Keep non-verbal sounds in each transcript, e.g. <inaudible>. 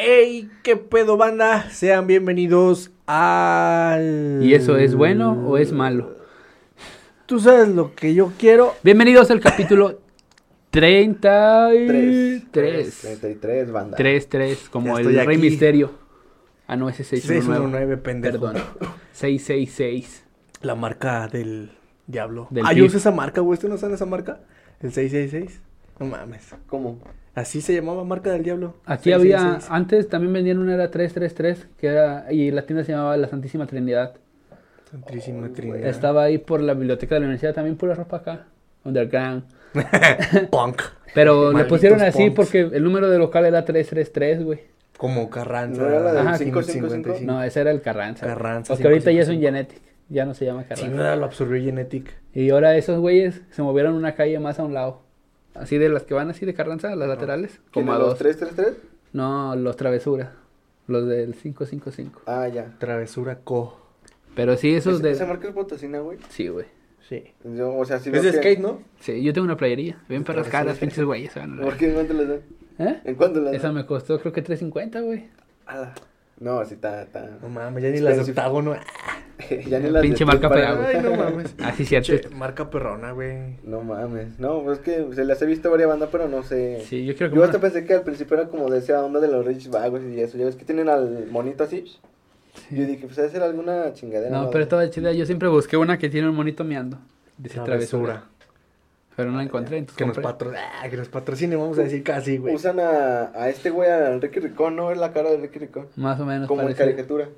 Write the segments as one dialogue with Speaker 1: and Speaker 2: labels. Speaker 1: Hey, qué pedo banda, sean bienvenidos al...
Speaker 2: ¿Y eso es bueno o es malo?
Speaker 1: Tú sabes lo que yo quiero.
Speaker 2: Bienvenidos al capítulo 33.
Speaker 3: 33, banda.
Speaker 2: 3, 3, como
Speaker 1: Ya
Speaker 2: el
Speaker 1: estoy
Speaker 2: Rey
Speaker 1: aquí.
Speaker 2: Misterio. Ah, no, ese es 619.
Speaker 1: 619, pendejo.
Speaker 2: Perdón. 666.
Speaker 1: La marca del diablo.
Speaker 2: Del
Speaker 1: ah,
Speaker 2: pif.
Speaker 1: yo uso esa marca, güey, ¿ustedes no saben esa marca? El 666. No mames.
Speaker 3: ¿Cómo?
Speaker 1: Así se llamaba marca del diablo.
Speaker 2: Aquí
Speaker 1: 666.
Speaker 2: había, antes también vendían una era 333, que era, y la tienda se llamaba La Santísima Trinidad.
Speaker 1: Santísima Trinidad.
Speaker 2: Estaba ahí por la biblioteca de la universidad, también pura ropa acá, underground.
Speaker 1: <laughs> Punk. <laughs>
Speaker 2: Pero le
Speaker 1: Malditos
Speaker 2: pusieron así
Speaker 1: punks.
Speaker 2: porque el número de local era 333, güey.
Speaker 1: Como Carranza.
Speaker 3: ¿No era la del
Speaker 2: Ajá,
Speaker 3: 555? Sí.
Speaker 2: No, ese era el Carranza. güey.
Speaker 1: Carranza,
Speaker 2: Porque ahorita ya es
Speaker 1: 555.
Speaker 2: un Genetic, ya no se llama
Speaker 1: Si
Speaker 2: Carranza.
Speaker 1: no era lo absorbió Genetic.
Speaker 2: Y ahora esos güeyes se movieron una calle más a un lado. Así de las que van así de Carranza, las laterales, como a
Speaker 3: ¿Quiénes, los
Speaker 2: dos.
Speaker 3: 333?
Speaker 2: No, los travesuras, los del 555.
Speaker 3: Ah, ya.
Speaker 1: Travesura Co.
Speaker 2: Pero sí, esos
Speaker 3: ¿Ese-
Speaker 2: de...
Speaker 3: ¿Esa marca es Potosina, güey?
Speaker 2: Sí, güey.
Speaker 1: Sí.
Speaker 3: Yo, o sea, si
Speaker 1: es de skate, ¿no?
Speaker 2: Sí, yo tengo una playería. Bien perras
Speaker 1: Travesura.
Speaker 2: caras, pinches güeyes. se van a la-
Speaker 3: ¿Por qué? ¿En cuánto les dan?
Speaker 2: ¿Eh?
Speaker 3: ¿En cuánto les
Speaker 2: Esa
Speaker 3: dan?
Speaker 2: me costó creo que 350, güey.
Speaker 3: Ala. No, así está, <laughs> está.
Speaker 1: No mames, ya ni las de
Speaker 3: Espera,
Speaker 1: octágono.
Speaker 3: ya ni las
Speaker 2: Pinche
Speaker 3: de
Speaker 2: marca
Speaker 3: Tupac.
Speaker 2: pegada,
Speaker 1: Ay, no <laughs> mames.
Speaker 2: Así Ah, cierto.
Speaker 1: Che, marca perrona, güey.
Speaker 3: No mames. No, pues es que se las he visto a varias bandas, pero no sé.
Speaker 2: Sí, yo creo que...
Speaker 3: Yo
Speaker 2: una-
Speaker 3: hasta pensé que al principio era como de esa onda de los Rich Vagos y eso. Ya ves que tienen al monito así. Yo dije, pues debe ser alguna chingadera.
Speaker 2: No, pero estaba chida. Yo siempre busqué una que tiene un monito meando. Dice travesura.
Speaker 1: Travesura.
Speaker 2: Pero no la encontré, entonces
Speaker 1: Que nos,
Speaker 2: compré.
Speaker 1: patro... ah, que nos patrocine, vamos a decir casi, güey.
Speaker 3: Usan a, a este güey, a Enrique Ricón, ¿no? Es la cara de Enrique Ricón.
Speaker 2: Más o menos
Speaker 3: Como en
Speaker 2: parecido.
Speaker 3: caricatura.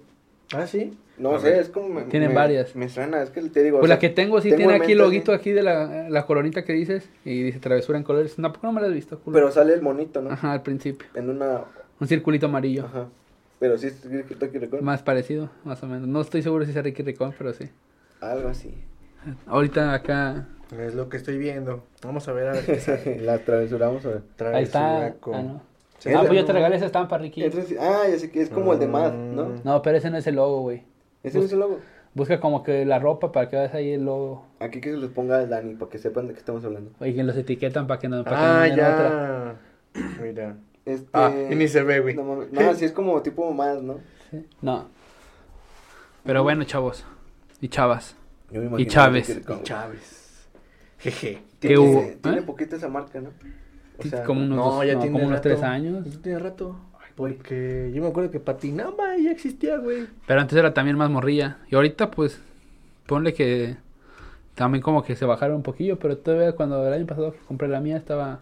Speaker 1: Ah, sí.
Speaker 3: No
Speaker 1: A
Speaker 3: sé,
Speaker 1: ver.
Speaker 3: es como... me-
Speaker 2: Tienen
Speaker 3: me-
Speaker 2: varias.
Speaker 3: Me suena, es que te digo... o
Speaker 2: Pues
Speaker 3: sea,
Speaker 2: la que tengo sí
Speaker 3: tengo
Speaker 2: tiene
Speaker 3: en
Speaker 2: aquí el
Speaker 3: mente,
Speaker 2: loguito
Speaker 3: sí,
Speaker 2: aquí de la, la coronita que dices y dice travesura en colores. No, ¿por qué no me la has visto? culo?
Speaker 3: Pero sale el monito, ¿no?
Speaker 2: Ajá, al principio.
Speaker 3: En una...
Speaker 2: Un circulito amarillo.
Speaker 3: Ajá. Pero sí es Enrique Ricón.
Speaker 2: Más parecido, más o menos. No estoy seguro si es Ricky Ricón, pero sí.
Speaker 3: Algo así.
Speaker 1: <laughs>
Speaker 2: Ahorita acá.
Speaker 1: Es lo que estoy viendo. Vamos a ver a ver <laughs> qué sale.
Speaker 3: la travesuramos a ver.
Speaker 2: Ahí está.
Speaker 1: Travesura Co.
Speaker 2: Ah, no.
Speaker 3: Sí,
Speaker 2: Ah,
Speaker 3: es-
Speaker 2: pues yo te regalé esa estampa, Ricky.
Speaker 3: Entonces, ah, ya sé que es como el de Mad, ¿no?
Speaker 1: Mm.
Speaker 2: No, pero ese no es el logo, güey.
Speaker 3: Ese no es el
Speaker 2: Pues-
Speaker 3: logo.
Speaker 2: Busca como que la ropa para que veas ahí el logo.
Speaker 3: Aquí que se los ponga el Dani, para que sepan de qué estamos hablando.
Speaker 2: Y que los etiquetan para que no. Para que no
Speaker 1: Ah,
Speaker 2: den otra.
Speaker 1: ya. Mira.
Speaker 3: Este...
Speaker 1: Ah, y ni se ve, güey.
Speaker 3: No, mames. no, sí es como tipo más, ¿no?
Speaker 2: Sí. No. Pero bueno, chavos. Y chavas.
Speaker 3: Yo me
Speaker 2: Y Chávez.
Speaker 3: que como-
Speaker 1: Chávez. Jeje.
Speaker 3: Tiene,
Speaker 2: ¿Qué hubo?
Speaker 3: tiene
Speaker 2: ¿Eh?
Speaker 3: poquito esa marca, ¿no? O sea,
Speaker 2: como unos, dos- no, como unos
Speaker 1: rato.
Speaker 2: tres años.
Speaker 1: Ya tiene rato. Porque yo me acuerdo que patinaba y ya existía, güey.
Speaker 2: Pero antes era también más morrilla. Y ahorita, pues, ponle que también como que se bajaron un poquillo, pero todavía cuando el año pasado que compré la mía estaba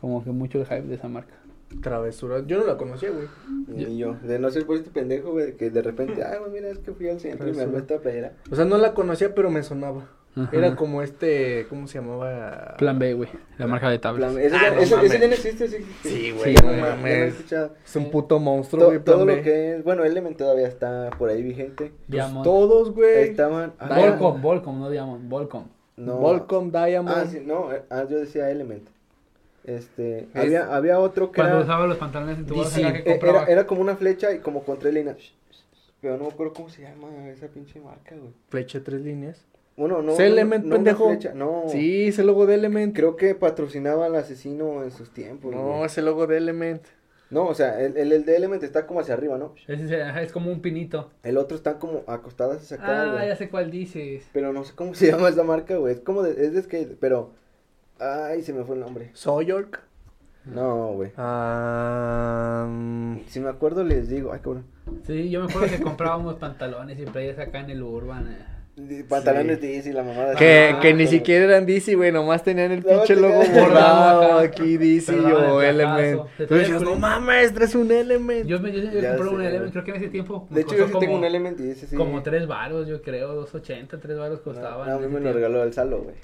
Speaker 2: como que mucho el hype de esa marca.
Speaker 1: Travesura. Yo no la conocía, güey.
Speaker 3: ni yo. De no ser por este pendejo, güey, que
Speaker 1: <laughs>
Speaker 3: de repente, ah, güey, mira, es que fui al centro y me armé esta playera.
Speaker 1: O sea, no la conocía, pero me sonaba.
Speaker 2: Ajá.
Speaker 1: Era como este, ¿cómo se llamaba?
Speaker 2: Plan B, güey, la marca de tablas.
Speaker 3: Plan- ese, ya,
Speaker 1: Ah, no
Speaker 3: ese- ese
Speaker 1: mames.
Speaker 3: ya no existe, sí. existe.
Speaker 1: Sí,
Speaker 2: Sí,
Speaker 1: güey. no
Speaker 2: güey.
Speaker 3: Ya lo he
Speaker 1: mames.
Speaker 3: escuchado.
Speaker 1: Es un puto monstruo,
Speaker 3: To-
Speaker 1: güey.
Speaker 3: todo
Speaker 1: plan
Speaker 3: lo
Speaker 1: B.
Speaker 3: que es, bueno, Element todavía está por ahí vigente.
Speaker 2: Diamond.
Speaker 1: Todos, güey.
Speaker 3: Estaban. ah,
Speaker 2: Volcom, Volcom, no Diamond, Volcom.
Speaker 3: No.
Speaker 1: Volcom, Diamond.
Speaker 3: Ah, sí, no, eh, ah, yo decía Element. Este,
Speaker 1: Es-
Speaker 3: había, había otro que
Speaker 2: Cuando
Speaker 3: era,
Speaker 2: usaba los pantalones en tu bolsa,
Speaker 1: DC,
Speaker 2: era que
Speaker 3: eh,
Speaker 2: compraba.
Speaker 3: era, era como una flecha y como con tres líneas. Pero no me acuerdo cómo se llama esa pinche marca, güey.
Speaker 1: Flecha tres líneas.
Speaker 3: Bueno, no.
Speaker 1: ¿Es
Speaker 3: no,
Speaker 1: Element,
Speaker 3: no una
Speaker 1: pendejo?
Speaker 3: flecha, no.
Speaker 1: Sí, ese logo de Element.
Speaker 3: Creo que patrocinaba al asesino en sus tiempos.
Speaker 1: No,
Speaker 3: No,
Speaker 1: ese logo de Element.
Speaker 3: no o sea, el, el, el de Element está como hacia arriba, ¿no?
Speaker 2: Ese se- ajá, es como un pinito.
Speaker 3: El otro está como acostado hacia acá,
Speaker 2: Ah,
Speaker 3: güey.
Speaker 2: ya sé cuál dices.
Speaker 3: Pero no sé cómo <laughs> se llama esa marca, güey. Es como de, es de skate, pero. Ay, se me fue el nombre.
Speaker 1: Soyork.
Speaker 3: No, güey.
Speaker 1: Ah,
Speaker 3: Si me acuerdo, les digo. Ay, cabrón.
Speaker 2: Sí, yo me acuerdo que comprábamos pantalones y playas acá en el Urban. eh.
Speaker 3: De- Pantalones de Easy, la mamada.
Speaker 1: que
Speaker 2: Ah,
Speaker 1: que ni
Speaker 3: pero-
Speaker 1: siquiera eran DC, güey, nomás tenían el
Speaker 3: No,
Speaker 1: pinche
Speaker 3: tenía- <laughs>
Speaker 1: logo
Speaker 3: Bordado
Speaker 1: bordado
Speaker 2: acá.
Speaker 1: aquí DC
Speaker 2: Pero daban
Speaker 1: o
Speaker 2: el
Speaker 1: Element.
Speaker 2: placazo. Te
Speaker 1: Tú
Speaker 2: traía
Speaker 1: decías,
Speaker 2: el
Speaker 1: no
Speaker 2: culito".
Speaker 1: mames, traes un Element.
Speaker 2: Yo me yo, yo
Speaker 3: Ya
Speaker 2: compré un
Speaker 3: sé.
Speaker 2: Element, creo que en ese tiempo. me
Speaker 3: De hecho, yo
Speaker 2: costó
Speaker 3: sí tengo
Speaker 2: como-
Speaker 3: un Element y ese sí.
Speaker 2: Como tres varos, yo creo, 280, tres varos costaban.
Speaker 3: No, a mí
Speaker 2: en
Speaker 3: me
Speaker 2: ese
Speaker 3: lo
Speaker 2: tiempo.
Speaker 3: regaló el Salo, güey.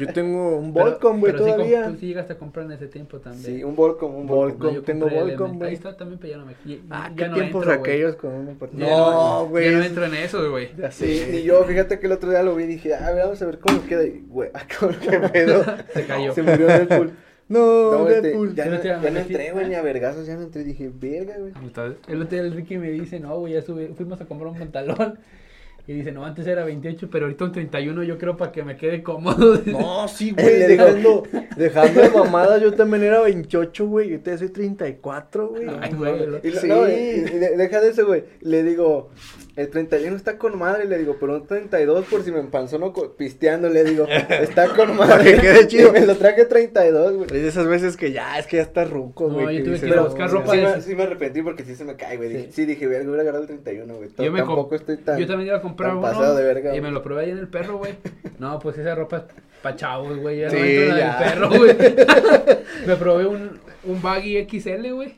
Speaker 1: Yo tengo un
Speaker 2: Pero-
Speaker 1: Volcom, güey,
Speaker 2: pero sí
Speaker 1: todavía.
Speaker 2: comp- tú sí llegaste a comprar en ese tiempo también.
Speaker 3: Sí, un Volcom, un Volcom.
Speaker 1: Volcom.
Speaker 2: yo
Speaker 1: tengo
Speaker 2: compré
Speaker 1: Volcom,
Speaker 2: Element.
Speaker 1: güey.
Speaker 2: Ahí está también, pero ya no me. Ya,
Speaker 1: Ah,
Speaker 2: Mm, ya
Speaker 1: qué
Speaker 2: no
Speaker 1: tiempos
Speaker 2: entro, güey.
Speaker 1: aquellos con un
Speaker 2: Ya
Speaker 1: No,
Speaker 2: Ya no
Speaker 1: güey.
Speaker 2: entro en eso, güey.
Speaker 1: Ya
Speaker 3: Sí,
Speaker 1: sé.
Speaker 3: ni yo, fíjate que el otro día lo vi y dije, "Ah, a ver, vamos a ver cómo queda. Y, güey, <laughs> ah, cabrón, qué pedo.
Speaker 1: <laughs>
Speaker 2: Se cayó.
Speaker 3: Se murió Deadpool.
Speaker 1: No,
Speaker 3: No, este,
Speaker 1: Deadpool.
Speaker 3: ya,
Speaker 2: Yo <laughs> no
Speaker 3: no,
Speaker 2: te
Speaker 3: ya no
Speaker 2: metí.
Speaker 3: entré, güey, ni a vergazos, ya no entré. Dije, verga, güey.
Speaker 2: El otro día el Ricky me dice, no, güey, ya sube- fuimos a comprar un pantalón. <laughs> Y dice, no, antes era 28, pero ahorita un 31 yo creo para que me quede cómodo. <laughs>
Speaker 1: No, <laughs> sí, güey.
Speaker 3: Le digo-
Speaker 1: Dejando, dejando de mamadas, yo también era 28, güey. Yo te soy 34, güey.
Speaker 2: Ay, güey, lo-
Speaker 3: Y lo-
Speaker 1: Sí.
Speaker 3: no, y- y de- deja de eso, güey. Le digo, el 31 está con madre. Le digo, pero un 32 por si me empanzono co- pisteando. Le digo, está
Speaker 2: <laughs>
Speaker 3: con
Speaker 1: Para
Speaker 3: madre.
Speaker 1: que quede chido.
Speaker 3: Y me lo traje 32, güey.
Speaker 1: Es de esas veces que ya, es que ya está ruco,
Speaker 2: No,
Speaker 1: güey.
Speaker 2: yo
Speaker 1: que
Speaker 2: tuve
Speaker 1: dices,
Speaker 2: que ir a
Speaker 1: no,
Speaker 2: buscar
Speaker 1: güey.
Speaker 2: ropa
Speaker 3: sí,
Speaker 2: de
Speaker 3: me,
Speaker 2: esas.
Speaker 3: sí me arrepentí porque sí se me cae, güey. Dije,
Speaker 2: Sí.
Speaker 3: Sí. dije, verga, hubiera agarrado el 31, güey.
Speaker 2: Yo me
Speaker 3: Tampoco
Speaker 2: comp-
Speaker 3: estoy tan...
Speaker 2: Yo también iba a comprar
Speaker 3: tan
Speaker 2: uno
Speaker 3: pasado de
Speaker 2: y
Speaker 3: verga, güey.
Speaker 2: me lo probé ahí en el perro,
Speaker 3: <laughs>
Speaker 2: güey. No, pues esa ropa es pa' chavos, güey. Ya no
Speaker 1: Sí,
Speaker 2: entro en
Speaker 1: ya.
Speaker 2: la del perro, güey. <laughs> me probé un, un baggy XL, güey.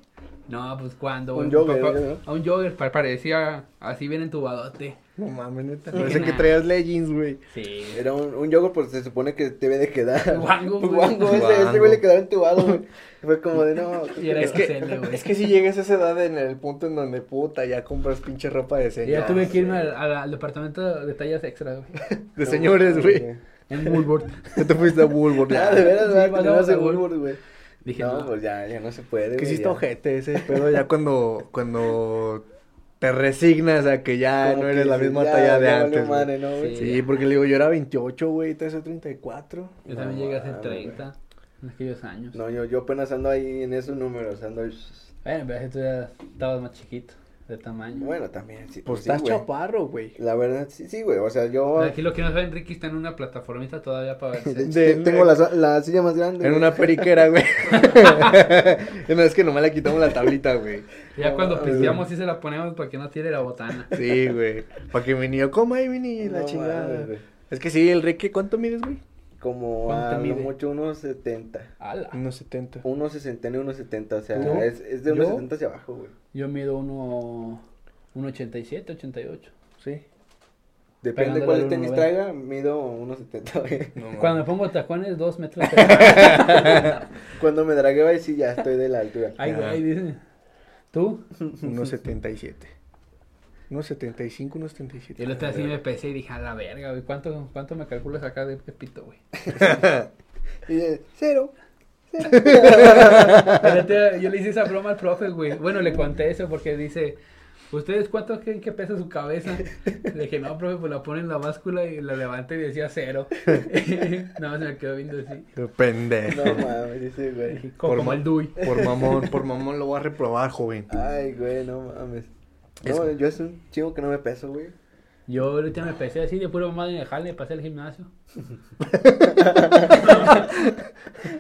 Speaker 2: No, pues cuando, güey.
Speaker 3: Un jogger,
Speaker 2: Pa- pa-
Speaker 3: ¿no?
Speaker 2: A un jogger, pa- parecía así bien entubadote.
Speaker 1: No mames, neta.
Speaker 2: Dije,
Speaker 1: Parece que
Speaker 2: nah.
Speaker 1: traías leggings, güey.
Speaker 2: Sí.
Speaker 3: Era un, un yogur, pues se supone que debe de
Speaker 2: <laughs>
Speaker 3: quedar.
Speaker 2: Guango, güey.
Speaker 3: Guango, ese, ese
Speaker 1: Guango.
Speaker 3: güey le quedaron entubado, güey. Fue como de, no.
Speaker 2: Y era
Speaker 1: Es que,
Speaker 2: XL, güey.
Speaker 1: es que si llegas a esa edad en el punto en donde puta ya compras pinche ropa de
Speaker 2: Y ya
Speaker 1: señores.
Speaker 2: tuve que irme al, al- al departamento de tallas extra, güey.
Speaker 1: De señores, güey.
Speaker 2: En Woolworth.
Speaker 3: <laughs>
Speaker 1: Tú te fuiste a Woolworth.
Speaker 2: <laughs>
Speaker 3: Ya, Ah, de veras,
Speaker 2: Sí,
Speaker 3: ¿verdad?
Speaker 2: pasamos
Speaker 3: Tenemos
Speaker 2: a
Speaker 3: el
Speaker 2: Woolworth.
Speaker 3: Woolworth, güey.
Speaker 2: Dije,
Speaker 3: No,
Speaker 2: no.
Speaker 3: pues ya, ya no se puede,
Speaker 1: Que
Speaker 3: güey.
Speaker 1: sí está
Speaker 3: ya.
Speaker 1: ojete ese pedo ya
Speaker 3: <laughs>
Speaker 1: cuando, cuando te resignas a que ya
Speaker 3: Como
Speaker 1: Ah, no eres
Speaker 3: que
Speaker 1: la
Speaker 3: sí,
Speaker 1: misma
Speaker 3: ya,
Speaker 1: talla de
Speaker 3: ya valió
Speaker 1: antes. güey.
Speaker 3: madre, ¿no, güey?
Speaker 2: Sí.
Speaker 1: Sí, porque le digo, yo era 28, güey, te hace 34.
Speaker 2: Yo también
Speaker 3: No
Speaker 2: llegué a ser
Speaker 3: mames, güey.
Speaker 2: 30 en aquellos años.
Speaker 3: No, yo, yo apenas ando ahí en esos números, ando...
Speaker 2: Bueno, pero tú ya estabas más chiquito de tamaño.
Speaker 3: Bueno, también, sí.
Speaker 1: Pues
Speaker 3: sí,
Speaker 1: estás
Speaker 3: güey.
Speaker 1: chaparro, güey.
Speaker 3: La verdad, sí, sí, güey, o sea, yo...
Speaker 2: Aquí
Speaker 3: <laughs>
Speaker 2: lo que no saben, Ricky está en una plataformita todavía para verse.
Speaker 1: De-
Speaker 3: tengo la, la silla más grande.
Speaker 1: En
Speaker 3: güey.
Speaker 1: una periquera, güey. <laughs> no, es que nomás le quitamos la tablita, güey.
Speaker 2: Ya
Speaker 3: No,
Speaker 2: cuando
Speaker 3: mames,
Speaker 2: pisteamos sí se la ponemos para que no tire la botana.
Speaker 1: Sí, güey. Para que mi niño coma ahí, mi niño, la
Speaker 3: No
Speaker 1: chingada.
Speaker 3: mames, güey.
Speaker 1: es que sí, el Ricky, ¿cuánto mides, güey?
Speaker 3: Como
Speaker 1: ¿Cuánto
Speaker 3: a lo
Speaker 1: mide?
Speaker 3: mucho unos 70.
Speaker 2: Ala.
Speaker 1: Unos 70.
Speaker 3: Unos 60 y unos 70, o sea,
Speaker 1: ¿Yo?
Speaker 3: es, es de
Speaker 1: ¿Yo?
Speaker 3: unos 70 hacia abajo, güey.
Speaker 2: Yo mido uno, un 87, 88.
Speaker 1: Sí.
Speaker 2: Pegándole
Speaker 3: Depende
Speaker 2: al
Speaker 3: cuál tenis
Speaker 2: 1.90.
Speaker 3: traiga, mido unos 70, güey.
Speaker 1: No,
Speaker 2: Cuando me pongo tacones, dos metros.
Speaker 3: Cuando me dragueba y sí, ya estoy de la altura.
Speaker 2: Ay,
Speaker 1: Ya.
Speaker 2: güey, dice. ¿Tú?
Speaker 1: Unos 77. Unos 75, unos 77.
Speaker 2: Yo lo estaba así me pesé y dije, a la verga, güey, ¿cuánto, cuánto me calculas acá de pepito, güey?
Speaker 3: Y dice, cero.
Speaker 2: El otro día Yo le hice esa broma al profe, güey. Bueno, le conté eso porque dice, ¿ustedes cuánto creen que pesa su cabeza? Le dije, no, profe, pues la pone en la báscula y la levanta y decía cero. <laughs> Nada más me quedó viendo así.
Speaker 1: Pendejo.
Speaker 3: No mames, dice, güey.
Speaker 2: Dije, Como,
Speaker 1: ma-
Speaker 2: el Dui.
Speaker 1: Por mamón, por mamón lo voy a reprobar, joven.
Speaker 3: Ay, güey, no mames.
Speaker 1: Es-
Speaker 3: No, yo es un chingo que no me peso, güey.
Speaker 2: Yo ahorita me pesé así de puro mamá de jale, pasé al gimnasio.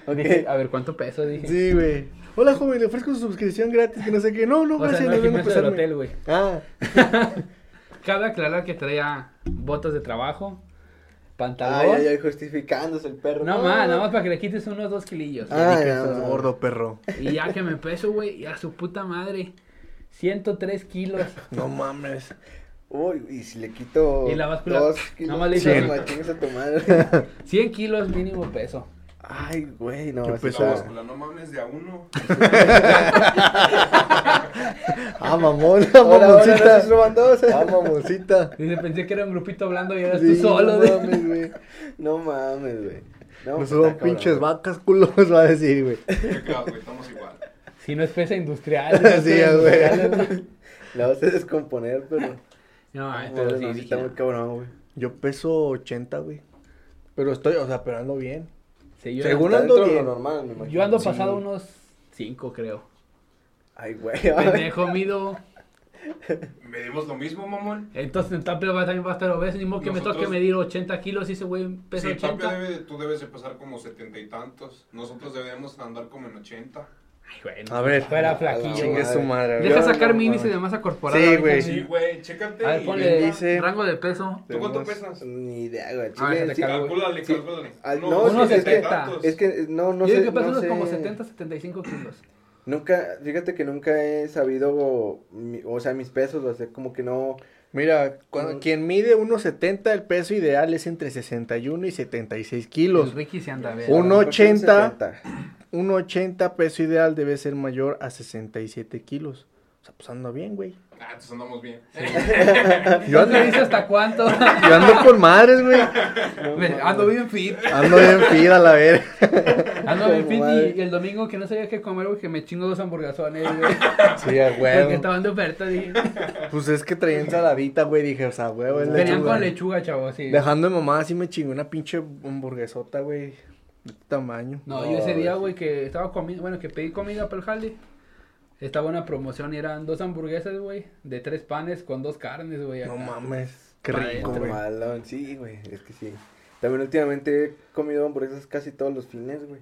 Speaker 2: Dije,
Speaker 3: Ok.
Speaker 2: a ver, ¿cuánto peso? Dije.
Speaker 1: Sí, güey. Hola, joven, le ofrezco su suscripción gratis, que no sé qué. No, no,
Speaker 2: o sea,
Speaker 1: gracias,
Speaker 2: no el
Speaker 1: no vengo a
Speaker 2: gimnasio del
Speaker 1: pesarme.
Speaker 2: hotel, güey.
Speaker 1: Ah,
Speaker 2: Cabe aclarar que traía botas de trabajo,
Speaker 3: Ay,
Speaker 2: pantalón.
Speaker 3: ay, ay, justificándose el perro.
Speaker 2: No más, nada más para que le quites unos dos kilillos.
Speaker 3: Ah,
Speaker 1: que
Speaker 3: no,
Speaker 1: estás
Speaker 3: no.
Speaker 1: gordo, perro.
Speaker 2: <laughs> Y ya que me peso, güey, y a su puta madre. 103 <laughs> kilos.
Speaker 1: No mames.
Speaker 3: Uy, y si le quito.
Speaker 2: Y la báscula,
Speaker 3: Dos
Speaker 2: nomás le
Speaker 1: hizo-
Speaker 3: hice. Chingas a tu madre.
Speaker 1: <laughs>
Speaker 2: 100 kilos mínimo peso.
Speaker 3: Ay, güey, no.
Speaker 1: Qué
Speaker 3: sí está-
Speaker 1: pesado.
Speaker 4: La báscula, no mames de a uno.
Speaker 1: Ah, mamón, ah,
Speaker 3: Ahora, ahora,
Speaker 1: mamoncita.
Speaker 3: nos roban dos.
Speaker 1: Ah,
Speaker 3: <laughs>
Speaker 1: mamoncita.
Speaker 2: Dice, pensé que era un grupito hablando y eras
Speaker 1: Sí,
Speaker 2: tú solo.
Speaker 1: no
Speaker 2: de-
Speaker 1: mames, güey.
Speaker 3: No mames, güey. No,
Speaker 1: Nos
Speaker 3: pues,
Speaker 1: suban
Speaker 3: está cabrón,
Speaker 1: pinches
Speaker 3: güey.
Speaker 1: vacas, culos, va a decir, güey.
Speaker 4: Qué cago, güey, estamos igual.
Speaker 2: <laughs> Si no es
Speaker 1: <laughs>
Speaker 2: pesa industrial. no es
Speaker 1: Sí,
Speaker 2: pesa
Speaker 1: güey.
Speaker 2: industrial,
Speaker 1: <laughs>
Speaker 2: güey.
Speaker 3: La vas a descomponer, pero.
Speaker 2: No,
Speaker 1: Ah,
Speaker 2: ay,
Speaker 3: Madre,
Speaker 2: pero sí,
Speaker 3: no, sí
Speaker 2: dije,
Speaker 3: está muy cabrón, güey.
Speaker 1: Yo peso 80, güey. Pero estoy, o sea, pero ando bien.
Speaker 2: sí, yo,
Speaker 1: Según- Un
Speaker 3: Está
Speaker 1: ando
Speaker 3: dentro de
Speaker 1: bien.
Speaker 3: lo normal, me imagino.
Speaker 2: yo ando
Speaker 1: Sí.
Speaker 2: pasado unos
Speaker 1: <laughs>
Speaker 2: 5, creo.
Speaker 3: Ay, güey. <laughs> ay.
Speaker 2: Pendejo, mido.
Speaker 4: Medimos lo mismo, mamón.
Speaker 2: Entonces en Tapia va- también va a estar obeso. Ni modo que
Speaker 4: Nosotros-
Speaker 2: me toque medir 80 kilos y ese güey pesa
Speaker 4: Sí, Tapia
Speaker 2: 80.
Speaker 4: debe, tú debes de pesar como setenta y tantos. Nosotros debemos andar como en ochenta.
Speaker 2: Ay, güey,
Speaker 1: A ver.
Speaker 2: Fuera
Speaker 3: A la
Speaker 2: flaquillo.
Speaker 1: Chingue
Speaker 2: güey.
Speaker 1: su madre, güey.
Speaker 2: Deja
Speaker 3: Yo
Speaker 2: sacar
Speaker 3: no,
Speaker 2: mi índice
Speaker 3: mames.
Speaker 2: de masa corporal.
Speaker 1: Sí,
Speaker 2: ahorita,
Speaker 1: güey.
Speaker 4: Sí, güey, chécate.
Speaker 2: A ver,
Speaker 4: y
Speaker 2: ponle
Speaker 4: ve.
Speaker 1: dice-
Speaker 2: rango de peso.
Speaker 4: ¿Tú cuánto
Speaker 1: Tenemos-
Speaker 4: pesas?
Speaker 3: Ni idea, güey.
Speaker 2: Ah,
Speaker 3: Chile,
Speaker 2: déjate
Speaker 3: sí,
Speaker 2: cagar.
Speaker 4: Calcúlale,
Speaker 3: Sí.
Speaker 4: calcúlale.
Speaker 3: Ah,
Speaker 4: No,
Speaker 3: no,
Speaker 2: unos
Speaker 4: setenta y
Speaker 2: es que-
Speaker 4: tantos.
Speaker 3: Es que eh, no, no
Speaker 2: Yo
Speaker 3: sé.
Speaker 2: digo que pasa
Speaker 3: no
Speaker 2: unos como
Speaker 3: sé.
Speaker 2: 70, 75 kilos.
Speaker 3: Nunca, fíjate que nunca he sabido, mi- o sea, mis pesos, o sea, como que no.
Speaker 1: Mira, cuando,
Speaker 3: Mm.
Speaker 1: quien mide 1.70, el peso ideal es entre 61 y 76 kilos.
Speaker 2: El Ricky se anda a ver.
Speaker 1: Un
Speaker 3: a lo mejor son
Speaker 1: 80.
Speaker 3: 70.
Speaker 1: 1.80 peso ideal debe ser mayor a 67 kilos. O sea, pues ando bien, güey.
Speaker 4: Ah, entonces andamos bien.
Speaker 1: Yo
Speaker 2: Yo
Speaker 1: ando,
Speaker 2: te dice hasta cuánto.
Speaker 1: yo ando con madres, güey.
Speaker 2: Me- ando bien fit.
Speaker 1: Ando bien pida, la verga.
Speaker 2: Ando bien fit
Speaker 3: Madre.
Speaker 2: y- y el domingo que no sabía qué comer, güey, que me chingo dos hamburguesones, güey.
Speaker 1: Sí, a
Speaker 2: Porque
Speaker 1: huevo.
Speaker 2: estaban de oferta, dije.
Speaker 1: Pues es que traía ensaladita, güey. Dije, o sea, huevo, es
Speaker 2: Venían
Speaker 1: lechuga.
Speaker 2: con lechuga, chavos, sí.
Speaker 1: Dejando de mamá, así me chingué una pinche hamburguesota, güey. De tu tamaño.
Speaker 2: No, yo ese día, güey, que estaba comiendo, bueno, que pedí comida para el jale. Estaba una promoción y eran dos hamburguesas, güey, de tres panes con dos carnes, güey.
Speaker 1: No
Speaker 2: acá.
Speaker 1: mames. Qué
Speaker 2: Pa'
Speaker 1: rico,
Speaker 2: dentro,
Speaker 1: güey.
Speaker 3: Malón, sí, güey, es que sí. También últimamente he comido hamburguesas casi todos los fines, güey.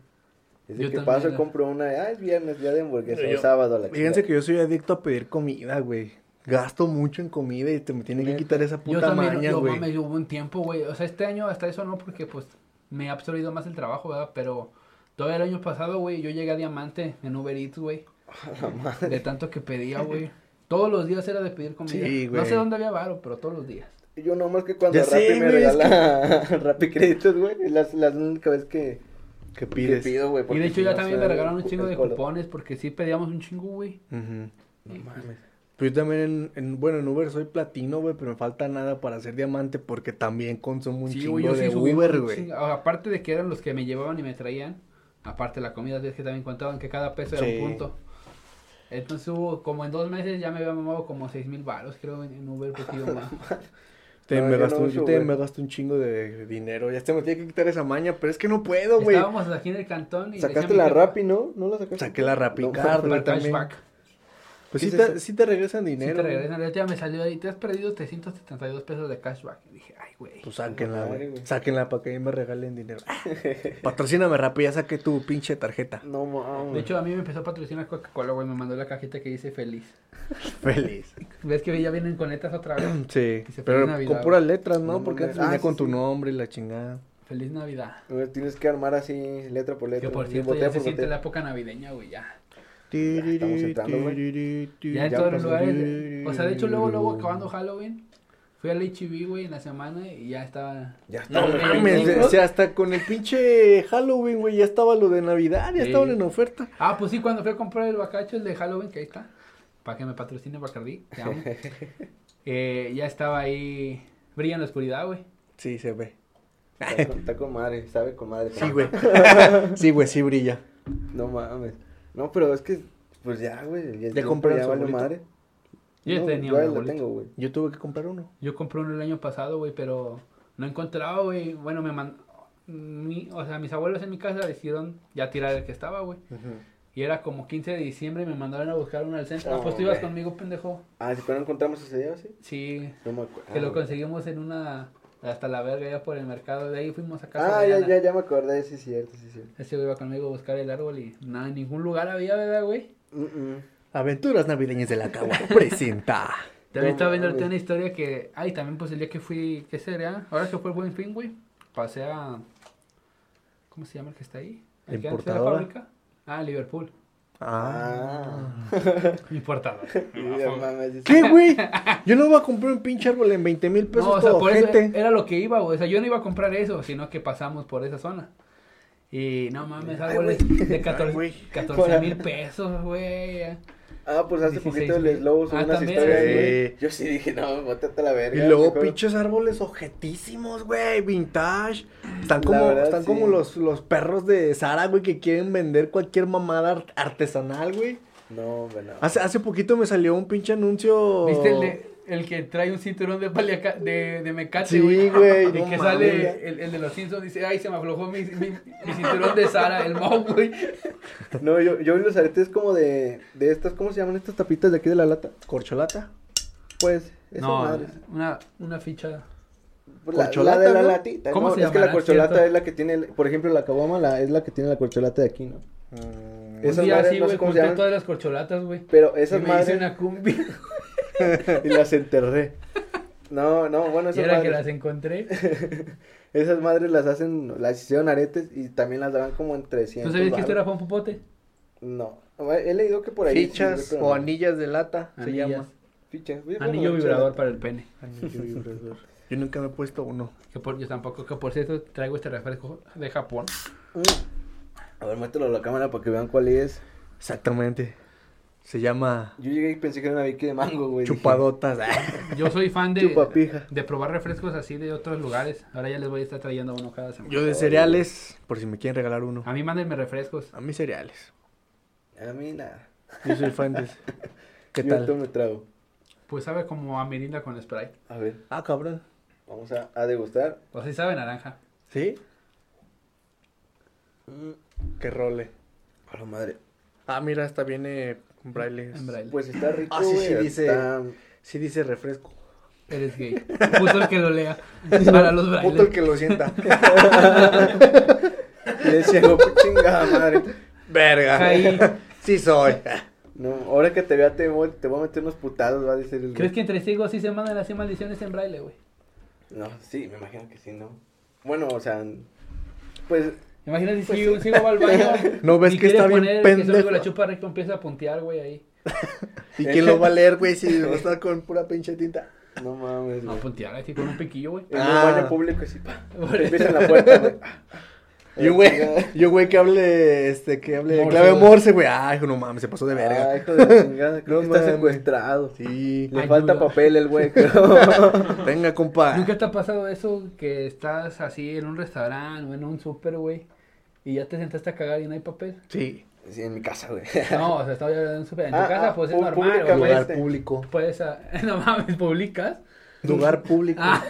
Speaker 3: Desde
Speaker 2: Yo
Speaker 3: que
Speaker 2: también,
Speaker 3: paso
Speaker 2: eh.
Speaker 3: compro una, ah, es viernes, día de hamburguesa,
Speaker 1: Yo-
Speaker 3: o sábado a la
Speaker 1: Fíjense
Speaker 3: chingada.
Speaker 1: que yo soy adicto a pedir comida, güey. Gasto mucho en comida y te me tienen que quitar esa
Speaker 2: Yo
Speaker 1: puta
Speaker 2: también,
Speaker 1: maña,
Speaker 2: no
Speaker 1: güey.
Speaker 2: mames, yo hubo un tiempo, güey. O sea, este año hasta eso no, porque pues me ha absorbido más el trabajo, ¿verdad? Pero todavía el año pasado, güey, yo llegué a Diamante en Uber
Speaker 1: <laughs>
Speaker 2: Eats, güey. De tanto que pedía, güey. Todos los días era de pedir comida.
Speaker 1: Sí,
Speaker 2: no sé
Speaker 1: güey.
Speaker 2: dónde había varo, pero todos los días.
Speaker 3: Yo nomás que cuando
Speaker 1: Ya
Speaker 3: Rappi
Speaker 1: sé,
Speaker 3: me
Speaker 1: güey, es
Speaker 3: regala <laughs> Rappi créditos, güey, es las, las únicas veces que,
Speaker 1: ¿Qué
Speaker 3: que
Speaker 1: pides?
Speaker 3: pido, güey.
Speaker 2: Y
Speaker 3: porque
Speaker 2: de hecho
Speaker 3: si
Speaker 2: ya
Speaker 3: no,
Speaker 2: también
Speaker 3: se
Speaker 2: me
Speaker 3: me
Speaker 2: regalaron un chingo de
Speaker 3: el colo.
Speaker 2: cupones porque sí pedíamos un chingo, güey.
Speaker 1: Ujú.
Speaker 3: No mames.
Speaker 1: Pues yo también, en, en- bueno, en Uber soy platino, güey, pero me falta nada para ser diamante porque también consumo un
Speaker 2: Sí,
Speaker 1: chingo
Speaker 2: güey, yo sí
Speaker 1: de
Speaker 2: subí
Speaker 1: Uber,
Speaker 2: un
Speaker 1: güey.
Speaker 2: chingo- ah, Aparte de que eran los que me llevaban y me traían, aparte la comida, es que también contaban que cada peso era
Speaker 1: Sí.
Speaker 2: un punto. Entonces hubo, como en dos meses ya me había mamado como seis mil baros, creo, en, en Uber, poquito más.
Speaker 1: Te-
Speaker 3: No,
Speaker 1: me
Speaker 3: yo no
Speaker 1: gasto, yo
Speaker 3: uso
Speaker 1: te-
Speaker 3: Uber.
Speaker 1: me gasto un chingo de dinero. Ya se me tiene que quitar esa maña, pero es que <laughs> no puedo, güey.
Speaker 2: Estábamos aquí en el cantón y le
Speaker 3: Sacaste
Speaker 2: decía a
Speaker 3: la
Speaker 2: mi jefa,
Speaker 3: Rappi, ¿no? ¿No la sacaste?
Speaker 1: Saqué la Rappi
Speaker 3: No,
Speaker 1: Card,
Speaker 2: para
Speaker 1: güey,
Speaker 2: el
Speaker 1: también.
Speaker 2: cashback.
Speaker 1: Pues
Speaker 3: ¿Qué
Speaker 1: sí
Speaker 3: es
Speaker 1: te,
Speaker 3: eso?
Speaker 1: sí te regresan
Speaker 2: Sí,
Speaker 1: dinero.
Speaker 2: te
Speaker 1: güey.
Speaker 2: regresan, ahorita me salió ahí, te has perdido 372 pesos de cashback. Y dije, ay, güey.
Speaker 1: Pues sáquenla,
Speaker 3: Madre,
Speaker 1: güey.
Speaker 3: güey.
Speaker 1: Sáquenla para que a mí me regalen
Speaker 2: <laughs>
Speaker 1: dinero. Patrocíname rápido, ya saqué tu pinche tarjeta.
Speaker 3: No mames.
Speaker 2: De hecho, a mí me empezó a patrocinar Coca-Cola, güey, me mandó la cajita que dice feliz.
Speaker 1: Feliz.
Speaker 2: ¿Ves que ya vienen con netas otra vez? <clears throat>
Speaker 1: Sí.
Speaker 2: Que se
Speaker 1: Pero
Speaker 2: feliz Navidad,
Speaker 1: con
Speaker 2: güey.
Speaker 1: puras letras, ¿no?
Speaker 3: No
Speaker 1: Porque
Speaker 3: mames.
Speaker 1: antes venía
Speaker 3: Ah, sí,
Speaker 1: con tu
Speaker 3: sí.
Speaker 1: nombre y la chingada.
Speaker 2: Feliz Navidad.
Speaker 3: Güey, Tienes que armar así, letra por letra.
Speaker 2: Que por
Speaker 3: y
Speaker 2: cierto,
Speaker 3: botella
Speaker 2: ya se
Speaker 3: por
Speaker 2: siente
Speaker 3: botella.
Speaker 2: la época navideña, güey, ya.
Speaker 3: estamos entrando, güey.
Speaker 2: Ya en
Speaker 3: ya
Speaker 2: todos los
Speaker 3: pasó.
Speaker 2: lugares. O sea, de hecho, luego, luego, acabando Halloween, fui al HB, güey, en la semana y ya estaba.
Speaker 3: Ya está.
Speaker 1: No
Speaker 2: Pero
Speaker 1: mames,
Speaker 2: veinticinco.
Speaker 1: o sea, Ah, hasta con el pinche Halloween, güey, ya estaba lo de Navidad, ya
Speaker 2: Sí.
Speaker 1: estaban en oferta.
Speaker 2: Ah, pues sí, cuando fui a comprar el bacacho, el de Halloween, que ahí está. Para que me patrocine Bacardí, te
Speaker 3: <laughs>
Speaker 2: amo. Eh, ya estaba ahí. Brilla en la oscuridad, güey.
Speaker 1: Sí, se ve.
Speaker 3: Está con, está con madre, sabe con madre.
Speaker 1: Sí,
Speaker 2: <laughs>
Speaker 1: güey. Sí, güey, sí brilla.
Speaker 3: No mames. No, pero es que, pues ya, güey. Ya,
Speaker 1: ¿Ya
Speaker 3: el
Speaker 1: compraron
Speaker 3: tiempo ya
Speaker 1: su
Speaker 3: vale madre.
Speaker 1: arbolito?
Speaker 2: Yo ya
Speaker 3: No,
Speaker 2: tenía
Speaker 3: yo
Speaker 2: un
Speaker 3: ahí lo
Speaker 2: arbolito.
Speaker 3: tengo, güey.
Speaker 1: Yo tuve que comprar uno.
Speaker 2: Yo compré uno el año pasado, güey, pero no encontraba, güey. Bueno, me mandó. o sea, mis abuelos en mi casa decidieron ya tirar el que estaba, güey. Y era como 15 de diciembre y me mandaron a buscar uno al centro. ah,
Speaker 3: Oh,
Speaker 2: pues tú ibas
Speaker 3: güey.
Speaker 2: conmigo, pendejo.
Speaker 3: Ah, si pero no encontramos ese día, sí.
Speaker 2: Sí,
Speaker 3: No me acuerdo. Ah,
Speaker 2: que lo conseguimos en una. Hasta la verga, ya por el mercado. De ahí fuimos a casa.
Speaker 3: Ah,
Speaker 2: de
Speaker 3: ya,
Speaker 2: Ana.
Speaker 3: ya, ya me acordé, sí, es cierto, sí, es cierto.
Speaker 2: Ese güey iba conmigo a buscar el árbol y nada, en ningún lugar había, ¿verdad, güey?
Speaker 3: Mm, mm.
Speaker 1: Aventuras navideñas de la
Speaker 2: <laughs>
Speaker 1: Cagua presenta.
Speaker 2: También
Speaker 3: No
Speaker 2: estaba viendo ahorita una
Speaker 3: mames.
Speaker 2: historia que. Ay, también, pues el día que fui. ¿Qué sería? Ahora que fue el buen fin, güey. Pasé a. ¿Cómo se llama el que está ahí?
Speaker 1: ¿La
Speaker 2: ¿El que antes era
Speaker 1: importadora?
Speaker 2: fábrica? Ah, Liverpool.
Speaker 1: Ah.
Speaker 2: Importador.
Speaker 3: Ya mames, sí, sí.
Speaker 1: ¿Qué, güey? Yo no voy a comprar un pinche árbol en 20 mil pesos
Speaker 2: No, o sea,
Speaker 1: todo
Speaker 2: por eso
Speaker 1: gente.
Speaker 2: era lo que iba, güey. O sea, yo no iba a comprar eso, sino que pasamos por esa zona. Y no mames, árboles de 14,
Speaker 1: güey.
Speaker 2: 14 mil pesos, güey.
Speaker 3: Ah, pues hace
Speaker 2: 16
Speaker 3: poquito el
Speaker 2: mil.
Speaker 3: Slow
Speaker 2: Ah,
Speaker 3: subió unas
Speaker 2: también.
Speaker 3: historias,
Speaker 1: Sí.
Speaker 3: güey. Yo sí dije, no, bótate a la verga.
Speaker 1: Y luego
Speaker 3: mejor.
Speaker 1: pinches árboles objetísimos, güey, vintage. Están
Speaker 3: La
Speaker 1: como,
Speaker 3: verdad,
Speaker 1: están
Speaker 3: sí.
Speaker 1: como los, los perros de Sara, güey, que quieren vender cualquier mamada art- artesanal, güey.
Speaker 3: No,
Speaker 2: <laughs>
Speaker 3: hombre, no.
Speaker 1: Hace, hace poquito me salió un pinche anuncio.
Speaker 2: ¿Viste el, de- el que trae un cinturón de paliaca, de, de mecate,
Speaker 1: Sí, güey,
Speaker 2: güey? <laughs> Y
Speaker 1: no
Speaker 2: que
Speaker 1: mames.
Speaker 2: sale el, el de los Simpsons dice, ay, se me aflojó mi, mi, mi cinturón de Sara, el Mau, güey.
Speaker 3: No, yo, yo vi los aretes como de, de estas, ¿cómo se llaman estas tapitas de aquí de la lata?
Speaker 1: Corcholata.
Speaker 3: Pues, esas
Speaker 2: No,
Speaker 3: madres.
Speaker 2: una, una ficha.
Speaker 3: Pues la- La,
Speaker 1: Corcholata,
Speaker 3: de la
Speaker 1: ¿no?
Speaker 3: latita.
Speaker 2: ¿Cómo
Speaker 3: ¿no?
Speaker 2: se
Speaker 3: Es que
Speaker 2: llamará,
Speaker 3: la corcholata
Speaker 2: cierto?
Speaker 3: es la que tiene, el- por ejemplo, la caboma la, es la que tiene la corcholata de aquí, ¿no?
Speaker 2: Un
Speaker 3: Esas
Speaker 2: día
Speaker 3: madres
Speaker 2: así,
Speaker 3: no sé
Speaker 2: güey,
Speaker 3: cómo se
Speaker 2: junté
Speaker 3: llaman.
Speaker 2: todas las corcholatas, güey.
Speaker 3: Pero
Speaker 2: Y
Speaker 3: esas
Speaker 2: me hice
Speaker 3: madres
Speaker 2: una cumbia.
Speaker 3: <laughs> y las enterré. No, no, bueno,
Speaker 2: Y
Speaker 3: esas
Speaker 2: era que
Speaker 3: madres,
Speaker 2: las encontré.
Speaker 3: esas madres las hacen, las hicieron aretes y también las daban como en 300.
Speaker 2: ¿Tú sabías que esto era
Speaker 3: baros.
Speaker 2: Juan Popote?
Speaker 3: No, he leído que por ahí. sí,
Speaker 1: Fichas
Speaker 3: pero
Speaker 1: o
Speaker 3: no.
Speaker 1: anillas de lata
Speaker 2: Anillas.
Speaker 1: se llama.
Speaker 3: Fichas. Bueno,
Speaker 2: Anillo
Speaker 3: corcholata.
Speaker 2: vibrador para el pene.
Speaker 1: Anillo vibrador. Yo nunca me he puesto uno.
Speaker 2: Que por, yo tampoco, que por cierto traigo este refresco de Japón.
Speaker 3: Mm. A ver, mételo a la cámara para que vean cuál es.
Speaker 1: Exactamente. Se llama
Speaker 3: Yo llegué y pensé que era una Vicky de mango, güey. dije, "Ah,
Speaker 1: Chupadotas.
Speaker 2: Yo soy fan de,
Speaker 3: Chupapija.
Speaker 2: de probar refrescos así de otros lugares. Ahora ya les voy a estar trayendo uno cada
Speaker 1: <laughs>
Speaker 2: semana.
Speaker 1: Yo de cereales, por si me quieren regalar uno.
Speaker 3: Ah.
Speaker 2: A mí mándenme refrescos.
Speaker 1: A mí cereales.
Speaker 3: A mí nada.
Speaker 1: Yo soy fan de... ¿Qué
Speaker 3: Yo ahorita
Speaker 1: tal?
Speaker 3: me trago.
Speaker 2: Pues sabe como a mirinda con Sprite.
Speaker 3: A ver,
Speaker 1: Ah, cabrón.
Speaker 3: vamos a, a degustar.
Speaker 2: O sea, sabe a naranja.
Speaker 1: ¿Sí? Mm. Que role.
Speaker 3: A la madre.
Speaker 1: Ah, mira, hasta viene con braille.
Speaker 2: En braille.
Speaker 3: Pues está rico,
Speaker 1: Ah, sí,
Speaker 3: güey,
Speaker 1: sí, dice.
Speaker 3: está-
Speaker 1: Sí dice refresco.
Speaker 2: Eres gay. Puto el que lo
Speaker 1: <laughs>
Speaker 2: lea. Para los brailes.
Speaker 1: Puto el que lo
Speaker 2: <laughs>
Speaker 1: sienta.
Speaker 3: Y decía, no, pues, chingada madre.
Speaker 1: Verga.
Speaker 2: Caí.
Speaker 1: Sí soy.
Speaker 3: No, ahora que te vea te voy, te voy a meter unos putados, va a decir el...
Speaker 2: ¿Crees que entre ciegos sí se mandan así maldiciones en braille, güey?
Speaker 3: No, sí, me imagino que sí, ¿no? Bueno, o sea, pues
Speaker 2: Imagínate si un ciego va al baño.
Speaker 1: <laughs> ¿No ves
Speaker 2: y
Speaker 1: que
Speaker 2: quiere
Speaker 1: está bien
Speaker 2: poner el que su amigo
Speaker 1: pendejo?
Speaker 2: la chupa rico empieza a puntear, güey, ahí.
Speaker 1: ¿Y quién lo va a leer, güey? <laughs> Si va a estar con pura pinche tinta.
Speaker 3: no mames,
Speaker 2: No,
Speaker 3: güey.
Speaker 2: puntear así con un piquillo, güey.
Speaker 3: En
Speaker 1: Ah.
Speaker 3: un baño público, sí, pa. Te empieza en la
Speaker 1: <laughs>
Speaker 3: puerta, güey.
Speaker 1: Y un güey, y un güey que hable, este, que hable
Speaker 2: Morse,
Speaker 1: clave
Speaker 2: güey.
Speaker 1: morse, güey. Ay, hijo, no mames, se pasó de verga.
Speaker 3: Ah, hijo de chingada, creo <laughs>
Speaker 1: No
Speaker 3: que está
Speaker 1: mames.
Speaker 3: secuestrado.
Speaker 1: Sí.
Speaker 3: Le
Speaker 2: Ayuda.
Speaker 3: falta papel
Speaker 2: <laughs>
Speaker 3: el güey, creo. <laughs>
Speaker 1: Venga, compa.
Speaker 2: ¿Nunca te ha pasado eso que estás así en un restaurante o en un súper, güey? Y ya te sentaste a cagar y no hay papel.
Speaker 1: Sí.
Speaker 3: Sí, en mi casa, güey.
Speaker 2: No, o sea, estaba hablando en un súper. En tu
Speaker 3: Ah,
Speaker 2: casa,
Speaker 3: ah,
Speaker 2: pues es
Speaker 3: pu-
Speaker 2: normal,
Speaker 3: pública,
Speaker 2: güey.
Speaker 1: Lugar
Speaker 3: este.
Speaker 1: público.
Speaker 2: Puedes, ah, <laughs> no mames, publicas.
Speaker 1: Lugar público.
Speaker 2: Ah,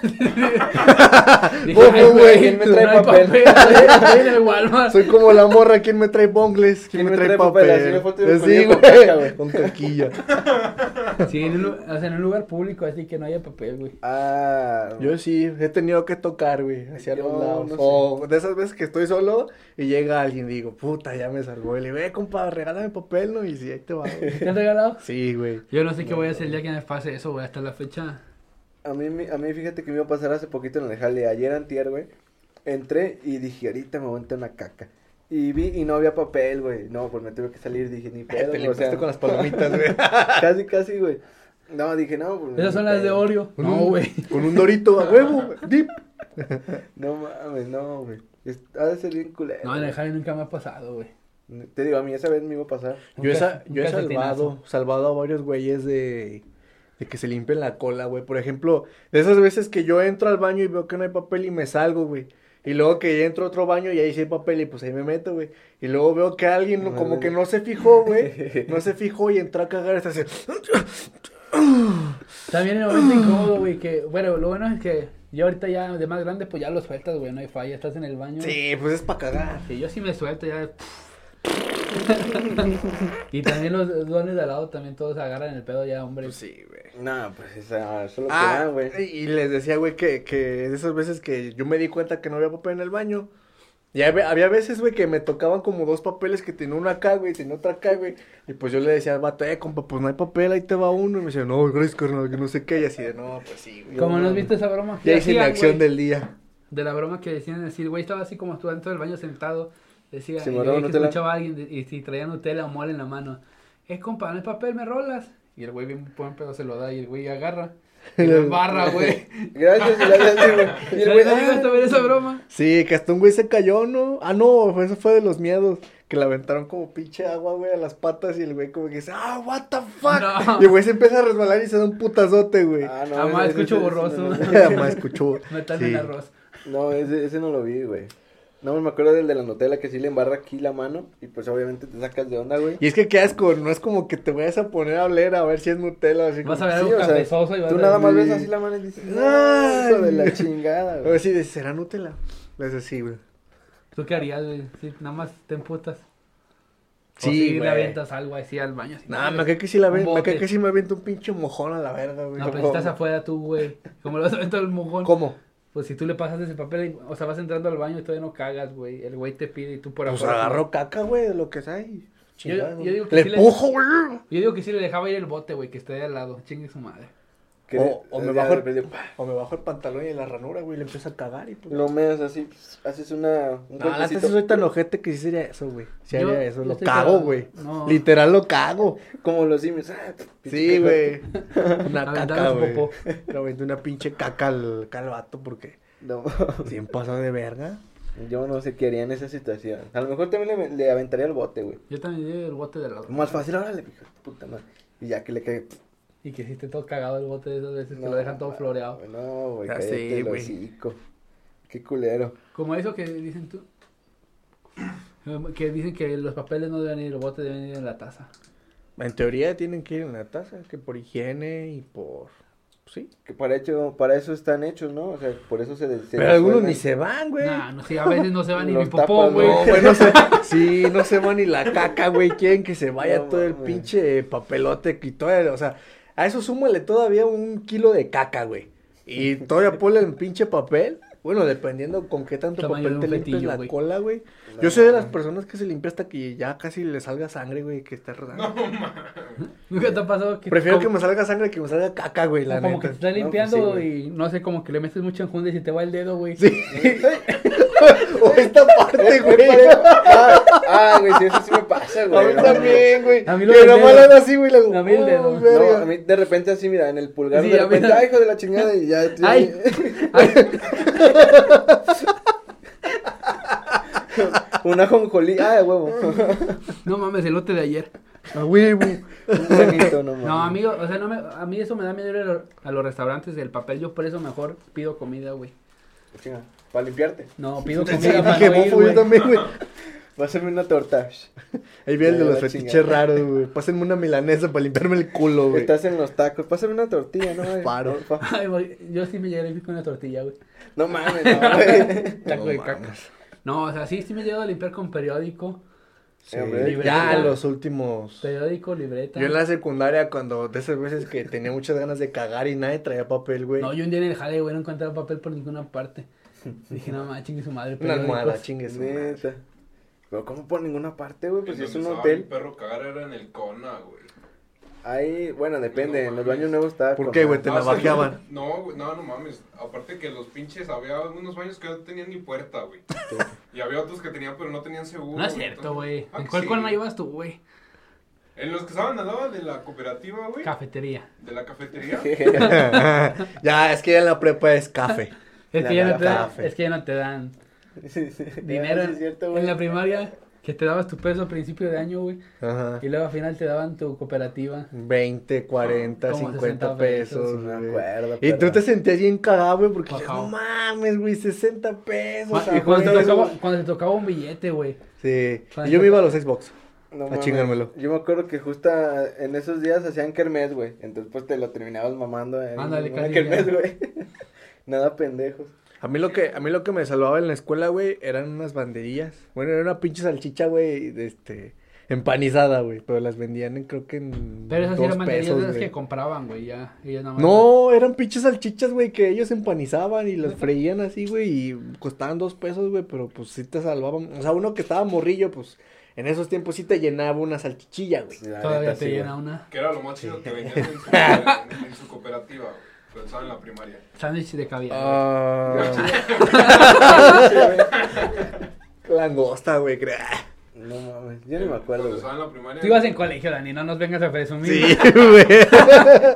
Speaker 2: <laughs> dije,
Speaker 1: ¿Cómo,
Speaker 2: ay,
Speaker 1: güey?
Speaker 2: güey,
Speaker 1: ¿Quién
Speaker 3: me
Speaker 2: no
Speaker 3: trae
Speaker 2: hay
Speaker 3: papel?
Speaker 2: papel. Estoy en el Walmart.
Speaker 1: Soy como la morra, ¿quién me trae bongles? ¿Quién, me trae, papel? Eh,
Speaker 3: Así me foto de un
Speaker 1: Sí,
Speaker 3: conejo con caca,
Speaker 1: güey.
Speaker 3: güey.
Speaker 1: Con caquilla.
Speaker 3: <laughs>
Speaker 2: Sí, en un, lu- o sea, en un lugar público, así que no haya papel, güey.
Speaker 3: <laughs> Ah,
Speaker 1: Yo sí, he tenido que tocar, güey, hacia
Speaker 3: Yo
Speaker 1: los lados.
Speaker 3: no sé.
Speaker 1: o de esas veces que estoy solo y llega alguien y digo, puta, ya me salvó. Y le digo, eh, compa, regálame papel, ¿no? Y sí, ahí te va,
Speaker 3: <laughs>
Speaker 1: güey.
Speaker 2: ¿Te han regalado?
Speaker 1: Sí, güey.
Speaker 2: Yo no sé qué voy a hacer el día que me pase eso, güey. Hasta la fecha.
Speaker 3: A mí, me- a mí fíjate que me iba a pasar hace poquito en el jale, ayer antier, güey. Entré y dije, ahorita me voy a entrar una caca. Y vi y no había papel, güey. No, pues me tuve que salir, dije, ni pedo,
Speaker 1: Te
Speaker 3: güey, o
Speaker 1: limpiaste
Speaker 3: sea,
Speaker 1: con las
Speaker 3: <laughs>
Speaker 1: palomitas, güey.
Speaker 3: casi, casi, güey. No, dije, no, pues.
Speaker 2: Esas
Speaker 3: ni
Speaker 2: son las de
Speaker 3: pedo.
Speaker 2: Oreo.
Speaker 1: Con
Speaker 2: No,
Speaker 1: un-
Speaker 2: güey.
Speaker 1: Con un dorito a huevo, güey. dip.
Speaker 3: No mames, no, güey. Es- Ha de ser bien culero.
Speaker 2: No, en el jale nunca me ha pasado, güey.
Speaker 3: güey. Te digo, a mí esa vez me iba a pasar.
Speaker 2: Un
Speaker 1: Yo, he
Speaker 2: cas-
Speaker 1: sa-
Speaker 2: un
Speaker 1: yo he
Speaker 2: calcetinazo.
Speaker 1: salvado, salvado a varios güeyes de, de que se limpien la cola, güey. Por ejemplo, de esas veces que yo entro al baño y veo que no hay papel y me salgo, güey. Y luego que entro a otro baño y ahí sí hay papel y pues ahí me meto, güey. Y luego veo que alguien no- como que no se fijó, <laughs> güey. No se fijó y entró a cagar hasta así.
Speaker 2: También en el momento incómodo, güey, que, bueno, lo bueno es que yo ahorita ya de más grande, pues ya lo sueltas, güey, no hay falla, estás en el baño.
Speaker 1: Sí, pues es para cagar.
Speaker 2: Que yo sí me suelto ya. <laughs> y también los dones de al lado también todos agarran el pedo ya, hombre.
Speaker 1: Pues sí, güey.
Speaker 3: No, pues esa, eso es lo que da,
Speaker 1: Ah,
Speaker 3: güey.
Speaker 1: y y les decía, güey, que, que de esas veces que yo me di cuenta que no había papel en el baño. Y habe- había veces, güey, que me tocaban como dos papeles que tenía uno acá, güey, y tenía otra acá, güey. Y pues yo le decía al vato, eh, compa, pues no hay papel, ahí te va uno. Y me decía, no, gracias, carnal, que no sé qué. Y así de, no, pues sí, güey.
Speaker 2: Como no has visto esa broma.
Speaker 1: Ya
Speaker 2: que
Speaker 1: hice la
Speaker 2: hacían,
Speaker 1: acción
Speaker 2: güey,
Speaker 1: del día.
Speaker 2: de la broma que decían decir, güey, estaba así como tú dentro del baño sentado. Decía,
Speaker 3: Se
Speaker 2: y
Speaker 3: me
Speaker 2: yo
Speaker 3: roba
Speaker 2: vi que
Speaker 3: Nutella.
Speaker 2: escuchaba a alguien de- y si traía Nutella o mole en la mano. Es compa, no hay papel, me rolas. Y el güey bien buen pedo se lo da y el güey agarra.
Speaker 1: <laughs>
Speaker 2: Y lo embarra, güey.
Speaker 3: Gracias, gracias, güey.
Speaker 2: Y
Speaker 3: Y el
Speaker 2: el
Speaker 3: güey,
Speaker 2: güey,
Speaker 3: ah,
Speaker 2: también esa broma.
Speaker 1: Sí, que hasta un güey se cayó, ¿no? Ah, no, fue- eso fue de los miedos. Que le aventaron como pinche agua, güey, a las patas. Y el güey como que dice, ah, what the fuck.
Speaker 2: No.
Speaker 1: Y el güey se empieza a resbalar y se da un putazote, güey.
Speaker 3: ah, no,
Speaker 2: Jamás
Speaker 3: ese-
Speaker 2: escucho
Speaker 3: ese-
Speaker 2: borroso. <laughs>
Speaker 3: ese-
Speaker 1: Además escuchó.
Speaker 2: Metal
Speaker 1: sí.
Speaker 2: en arroz.
Speaker 3: No, ese, ese no lo vi, güey. No, me acuerdo del de la Nutella que sí le embarra aquí la mano y pues obviamente te sacas de onda, güey.
Speaker 1: Y es que qué asco, no es como que te vayas a poner a oler a ver si es Nutella. Así
Speaker 2: Vas a
Speaker 1: como-
Speaker 2: ver
Speaker 3: Sí,
Speaker 2: algo
Speaker 3: o sea,
Speaker 2: cabezoso y vas
Speaker 3: Tú
Speaker 2: a
Speaker 3: nada más
Speaker 1: güey.
Speaker 3: ves así la mano y dices,
Speaker 1: Ay.
Speaker 3: ¡ah, hijo de la chingada,
Speaker 1: A ver
Speaker 3: güey!
Speaker 1: si de- será Nutella. Es así, güey.
Speaker 2: ¿Tú qué harías, güey? Si nada más te emputas. O
Speaker 1: Sí,
Speaker 2: si
Speaker 1: güey.
Speaker 2: le avientas algo así al baño. así,
Speaker 1: No,
Speaker 2: madre.
Speaker 1: me cae que si la
Speaker 2: Un
Speaker 1: ve- me
Speaker 2: bote.
Speaker 1: cae que si me aviento un pinche mojón a la verga, güey.
Speaker 2: No, pero estás afuera tú, güey. Como lo has aventado el mojón.
Speaker 1: ¿Cómo?
Speaker 2: Pues si tú le pasas ese papel, o sea, vas entrando al baño y todavía no cagas, güey. El güey te pide y tú por
Speaker 1: Pues
Speaker 2: afuera.
Speaker 1: agarró caca, güey, de lo que sea. y chingada,
Speaker 2: yo
Speaker 1: güey.
Speaker 2: digo que
Speaker 1: Le
Speaker 2: sí le-
Speaker 1: empujo, güey.
Speaker 2: Yo digo que sí le dejaba ir el bote, güey, que esté de al lado. Chingue su madre.
Speaker 3: Que
Speaker 1: O- o me
Speaker 3: ya
Speaker 1: bajo
Speaker 3: de
Speaker 1: el-
Speaker 3: repente, pa,
Speaker 1: O me bajo el pantalón y la ranura, güey, le empiezo a cagar y pues.
Speaker 3: Lo meas así, pues, haces una... Un
Speaker 1: No, la neta
Speaker 3: golpecito.
Speaker 1: sí soy tan ojete que sí sería eso, güey. Sí
Speaker 2: Yo-
Speaker 1: haría eso,
Speaker 2: yo
Speaker 1: lo
Speaker 2: estoy
Speaker 1: cago,
Speaker 2: cagado.
Speaker 1: güey.
Speaker 2: No.
Speaker 1: Literal lo cago.
Speaker 3: Como los simios. ah,
Speaker 1: Sí, güey. <laughs> Una
Speaker 2: Aventaba
Speaker 1: caca,
Speaker 2: su
Speaker 1: güey.
Speaker 2: popó.
Speaker 1: Le aventé una pinche caca al, al vato porque
Speaker 3: No. <laughs>
Speaker 1: si pasa de verga.
Speaker 3: Yo no sé qué haría en esa situación. A lo mejor también le, le aventaría el bote, güey.
Speaker 2: Yo también llevo el bote de la
Speaker 3: Más fácil, órale, hijo de puta madre. Y ya que le cae.
Speaker 2: Y que hiciste todo cagado el bote de esas veces que lo dejan todo floreado.
Speaker 3: No, güey,
Speaker 1: Ah, sí,
Speaker 3: cállate el
Speaker 1: güey.
Speaker 3: hocico. Qué culero.
Speaker 2: Como eso que dicen tú. <clears throat> Que dicen que los papeles no deben ir, los botes deben ir en la taza.
Speaker 1: En teoría tienen que ir en la taza, que por higiene y por... pues Sí.
Speaker 3: Que para, hecho, para eso están hechos, ¿no? O sea, por eso se. se
Speaker 1: Pero algunos ni se
Speaker 3: disuelven. <laughs>
Speaker 1: van, güey.
Speaker 2: Nah, no sé, a veces no se va ni
Speaker 3: Los
Speaker 2: mi popó,
Speaker 3: tapas,
Speaker 2: güey.
Speaker 1: No, güey, no se, sí, no se va ni la caca, güey. Quieren que se vaya
Speaker 3: No
Speaker 1: todo el
Speaker 3: mames.
Speaker 1: pinche papelote y todavía, o sea, a eso súmale todavía un kilo de caca, güey. Y todavía ponle el pinche papel. Bueno, dependiendo con qué tanto
Speaker 2: Tamaño
Speaker 1: papel
Speaker 2: de un
Speaker 1: te limpias
Speaker 2: fetillo,
Speaker 1: la
Speaker 2: güey.
Speaker 1: cola, güey.
Speaker 3: No,
Speaker 1: Yo soy de las
Speaker 3: mames.
Speaker 1: personas que se limpia hasta que ya casi le salga sangre, güey, que está rodando.
Speaker 4: No, mames.
Speaker 2: <laughs> Nunca te ha pasado que.
Speaker 1: Prefiero que
Speaker 2: como-
Speaker 1: me salga sangre que me salga caca, güey, la
Speaker 2: como que
Speaker 1: neta.
Speaker 2: te estás
Speaker 3: No, pues
Speaker 2: limpiando
Speaker 3: sí, güey.
Speaker 2: y no sé, como que le metes mucho enjundia y se te va el dedo, güey.
Speaker 1: Sí. o esta parte, güey.
Speaker 3: Ah, ah, güey, sí, eso sí me pasa,
Speaker 1: A
Speaker 3: güey.
Speaker 1: mí
Speaker 3: no,
Speaker 1: también, güey.
Speaker 2: A mí lo
Speaker 1: que
Speaker 2: del
Speaker 1: nomás
Speaker 2: dedo.
Speaker 1: le hago así, güey. le hago,
Speaker 2: A mí el dedo.
Speaker 1: "Oh,
Speaker 3: no,
Speaker 1: verga".
Speaker 3: a mí de repente así, mira, en el pulgar,
Speaker 2: Sí,
Speaker 3: de
Speaker 2: a mí
Speaker 3: repente,
Speaker 2: no.
Speaker 3: ay, hijo de la chingada, y ya. ya-
Speaker 2: Ay. Ay,
Speaker 3: <laughs> Una jonjolí, ay,
Speaker 2: <laughs>
Speaker 3: huevo.
Speaker 2: <laughs> no mames, el lote de ayer.
Speaker 1: A huevo.
Speaker 3: Un granito, no, mames.
Speaker 2: No, amigo, o sea, no me, a mí eso me da miedo ir a lo- a los restaurantes del papel. Yo por eso mejor pido comida, güey.
Speaker 3: Chinga, Para limpiarte.
Speaker 2: No, pido
Speaker 1: Sí,
Speaker 2: comida para
Speaker 1: dije,
Speaker 2: no ir,
Speaker 1: "Bofo, yo
Speaker 2: güey.
Speaker 1: también, güey.
Speaker 3: Va a hacerme una torta.
Speaker 1: Ahí viene el de
Speaker 3: Ya,
Speaker 1: los
Speaker 3: la
Speaker 1: fetiches
Speaker 3: chingada.
Speaker 1: raros, güey. Pásenme una milanesa para limpiarme el culo, güey.
Speaker 3: Estás en los tacos. Pásame una tortilla, ¿no? güey?
Speaker 1: Paro.
Speaker 3: Porfa.
Speaker 2: <laughs> Ay, güey, yo sí me llegué a limpiar con una tortilla, güey.
Speaker 3: No mames, no,
Speaker 2: <laughs>
Speaker 3: güey.
Speaker 2: Taco de
Speaker 1: No
Speaker 2: caca.
Speaker 1: mames.
Speaker 2: No, o sea, sí, sí me llego a limpiar con periódico.
Speaker 1: Sí,
Speaker 3: Eh, güey.
Speaker 1: ya
Speaker 2: Libreta.
Speaker 1: los últimos.
Speaker 2: Periódico, libreta.
Speaker 1: Yo en la secundaria, cuando de esas veces que tenía muchas ganas de cagar y nadie traía papel, güey.
Speaker 2: No, yo un día en el jale, güey, no encontraba papel por ninguna
Speaker 1: <laughs>
Speaker 2: parte. Dije, no mames, chingue su madre.
Speaker 1: una almohada,
Speaker 2: periódicos.
Speaker 1: chingue su madre.
Speaker 3: Neta. Pero ¿cómo por ninguna parte, güey? Pues si es
Speaker 4: Donde
Speaker 3: un
Speaker 4: estaba mi
Speaker 3: hotel.
Speaker 4: perro cagar era en el Cona, güey.
Speaker 3: Ahí, bueno, depende.
Speaker 4: No
Speaker 3: en los
Speaker 4: mames.
Speaker 3: baños nuevos está.
Speaker 1: ¿Por
Speaker 3: con
Speaker 1: qué, güey?
Speaker 3: madre.
Speaker 1: Te
Speaker 4: No, o sea,
Speaker 1: navajeaban.
Speaker 4: No, Ah, güey, no, no mames. Aparte que los pinches, había algunos baños que no tenían ni puerta, güey.
Speaker 3: Sí.
Speaker 4: Y había otros que tenían, pero no tenían seguro.
Speaker 2: No es
Speaker 4: güey,
Speaker 2: cierto,
Speaker 4: entonces-
Speaker 2: güey.
Speaker 4: Ah,
Speaker 2: ¿En
Speaker 4: que
Speaker 2: cuál
Speaker 4: sí.
Speaker 2: cuerna ibas tú, güey?
Speaker 4: En los que estaban al lado de la cooperativa, güey.
Speaker 2: Cafetería.
Speaker 4: De la cafetería.
Speaker 1: <laughs> ya, es que ya en la prepa es
Speaker 2: <laughs>
Speaker 1: café.
Speaker 2: Es
Speaker 3: La
Speaker 2: que, ya no te dan,
Speaker 1: Café.
Speaker 2: es que ya no te
Speaker 3: <laughs>
Speaker 2: dan
Speaker 3: Sí, sí.
Speaker 2: <laughs> dinero.
Speaker 3: Ah, sí, es cierto, güey.
Speaker 2: en la primaria, que te dabas tu peso a principio de año, güey.
Speaker 1: Ajá.
Speaker 2: Y luego al final te daban tu cooperativa.
Speaker 1: 20, 40,
Speaker 2: Como
Speaker 1: 50
Speaker 2: 60
Speaker 1: pesos.
Speaker 2: pesos,
Speaker 3: No
Speaker 1: güey.
Speaker 3: me acuerdo.
Speaker 1: Y tú
Speaker 3: pero-
Speaker 1: te sentías bien cagado, güey, porque
Speaker 2: Ajá.
Speaker 1: ya, no mames, güey, 60 pesos.
Speaker 2: y
Speaker 1: ah,
Speaker 2: cuando,
Speaker 1: güey".
Speaker 2: te tocaba, cuando te tocaba un billete, güey.
Speaker 1: Sí.
Speaker 2: cuando
Speaker 1: Y yo
Speaker 2: te
Speaker 1: me iba a los Xbox.
Speaker 3: No
Speaker 1: A
Speaker 3: mames.
Speaker 1: chingármelo.
Speaker 3: Yo me acuerdo que justo a- en esos días hacían kermés, güey. Entonces, pues te lo terminabas mamando en
Speaker 2: Ándale,
Speaker 3: en
Speaker 2: casi
Speaker 3: kermés,
Speaker 2: ya.
Speaker 3: güey. <laughs> Nada pendejos.
Speaker 1: A mí lo que a mí lo que me salvaba en la escuela, güey, eran unas banderillas. Bueno, era una pinche salchicha, güey, de este empanizada, güey, pero las vendían en, creo que en
Speaker 2: Pero esas sí
Speaker 1: dos
Speaker 2: eran banderillas de
Speaker 1: pesos,
Speaker 2: las
Speaker 1: güey.
Speaker 2: que compraban, güey. Ya, ellas nada más.
Speaker 1: No, eran pinches salchichas, güey, que ellos empanizaban y las freían así, güey, y costaban dos pesos, güey, pero pues sí te salvaban. O sea, uno que estaba morrillo, pues en esos tiempos sí te llenaba una salchichilla, güey.
Speaker 3: La
Speaker 2: Todavía
Speaker 3: neta,
Speaker 2: te
Speaker 3: sí,
Speaker 2: llena
Speaker 3: <laughs> güey.
Speaker 2: una
Speaker 4: Que era lo más chido que vendían en su, en, en su cooperativa, güey. Pero estaba en la primaria.
Speaker 2: sándwich de caviar.
Speaker 1: Ah,
Speaker 3: <laughs>
Speaker 1: langosta, güey, crea.
Speaker 3: No mames, yo ni me acuerdo,
Speaker 4: Cuando
Speaker 3: güey.
Speaker 4: estaba en la primaria.
Speaker 2: Tú ibas en colegio, Dani, no nos vengas a presumir.
Speaker 1: Sí, güey.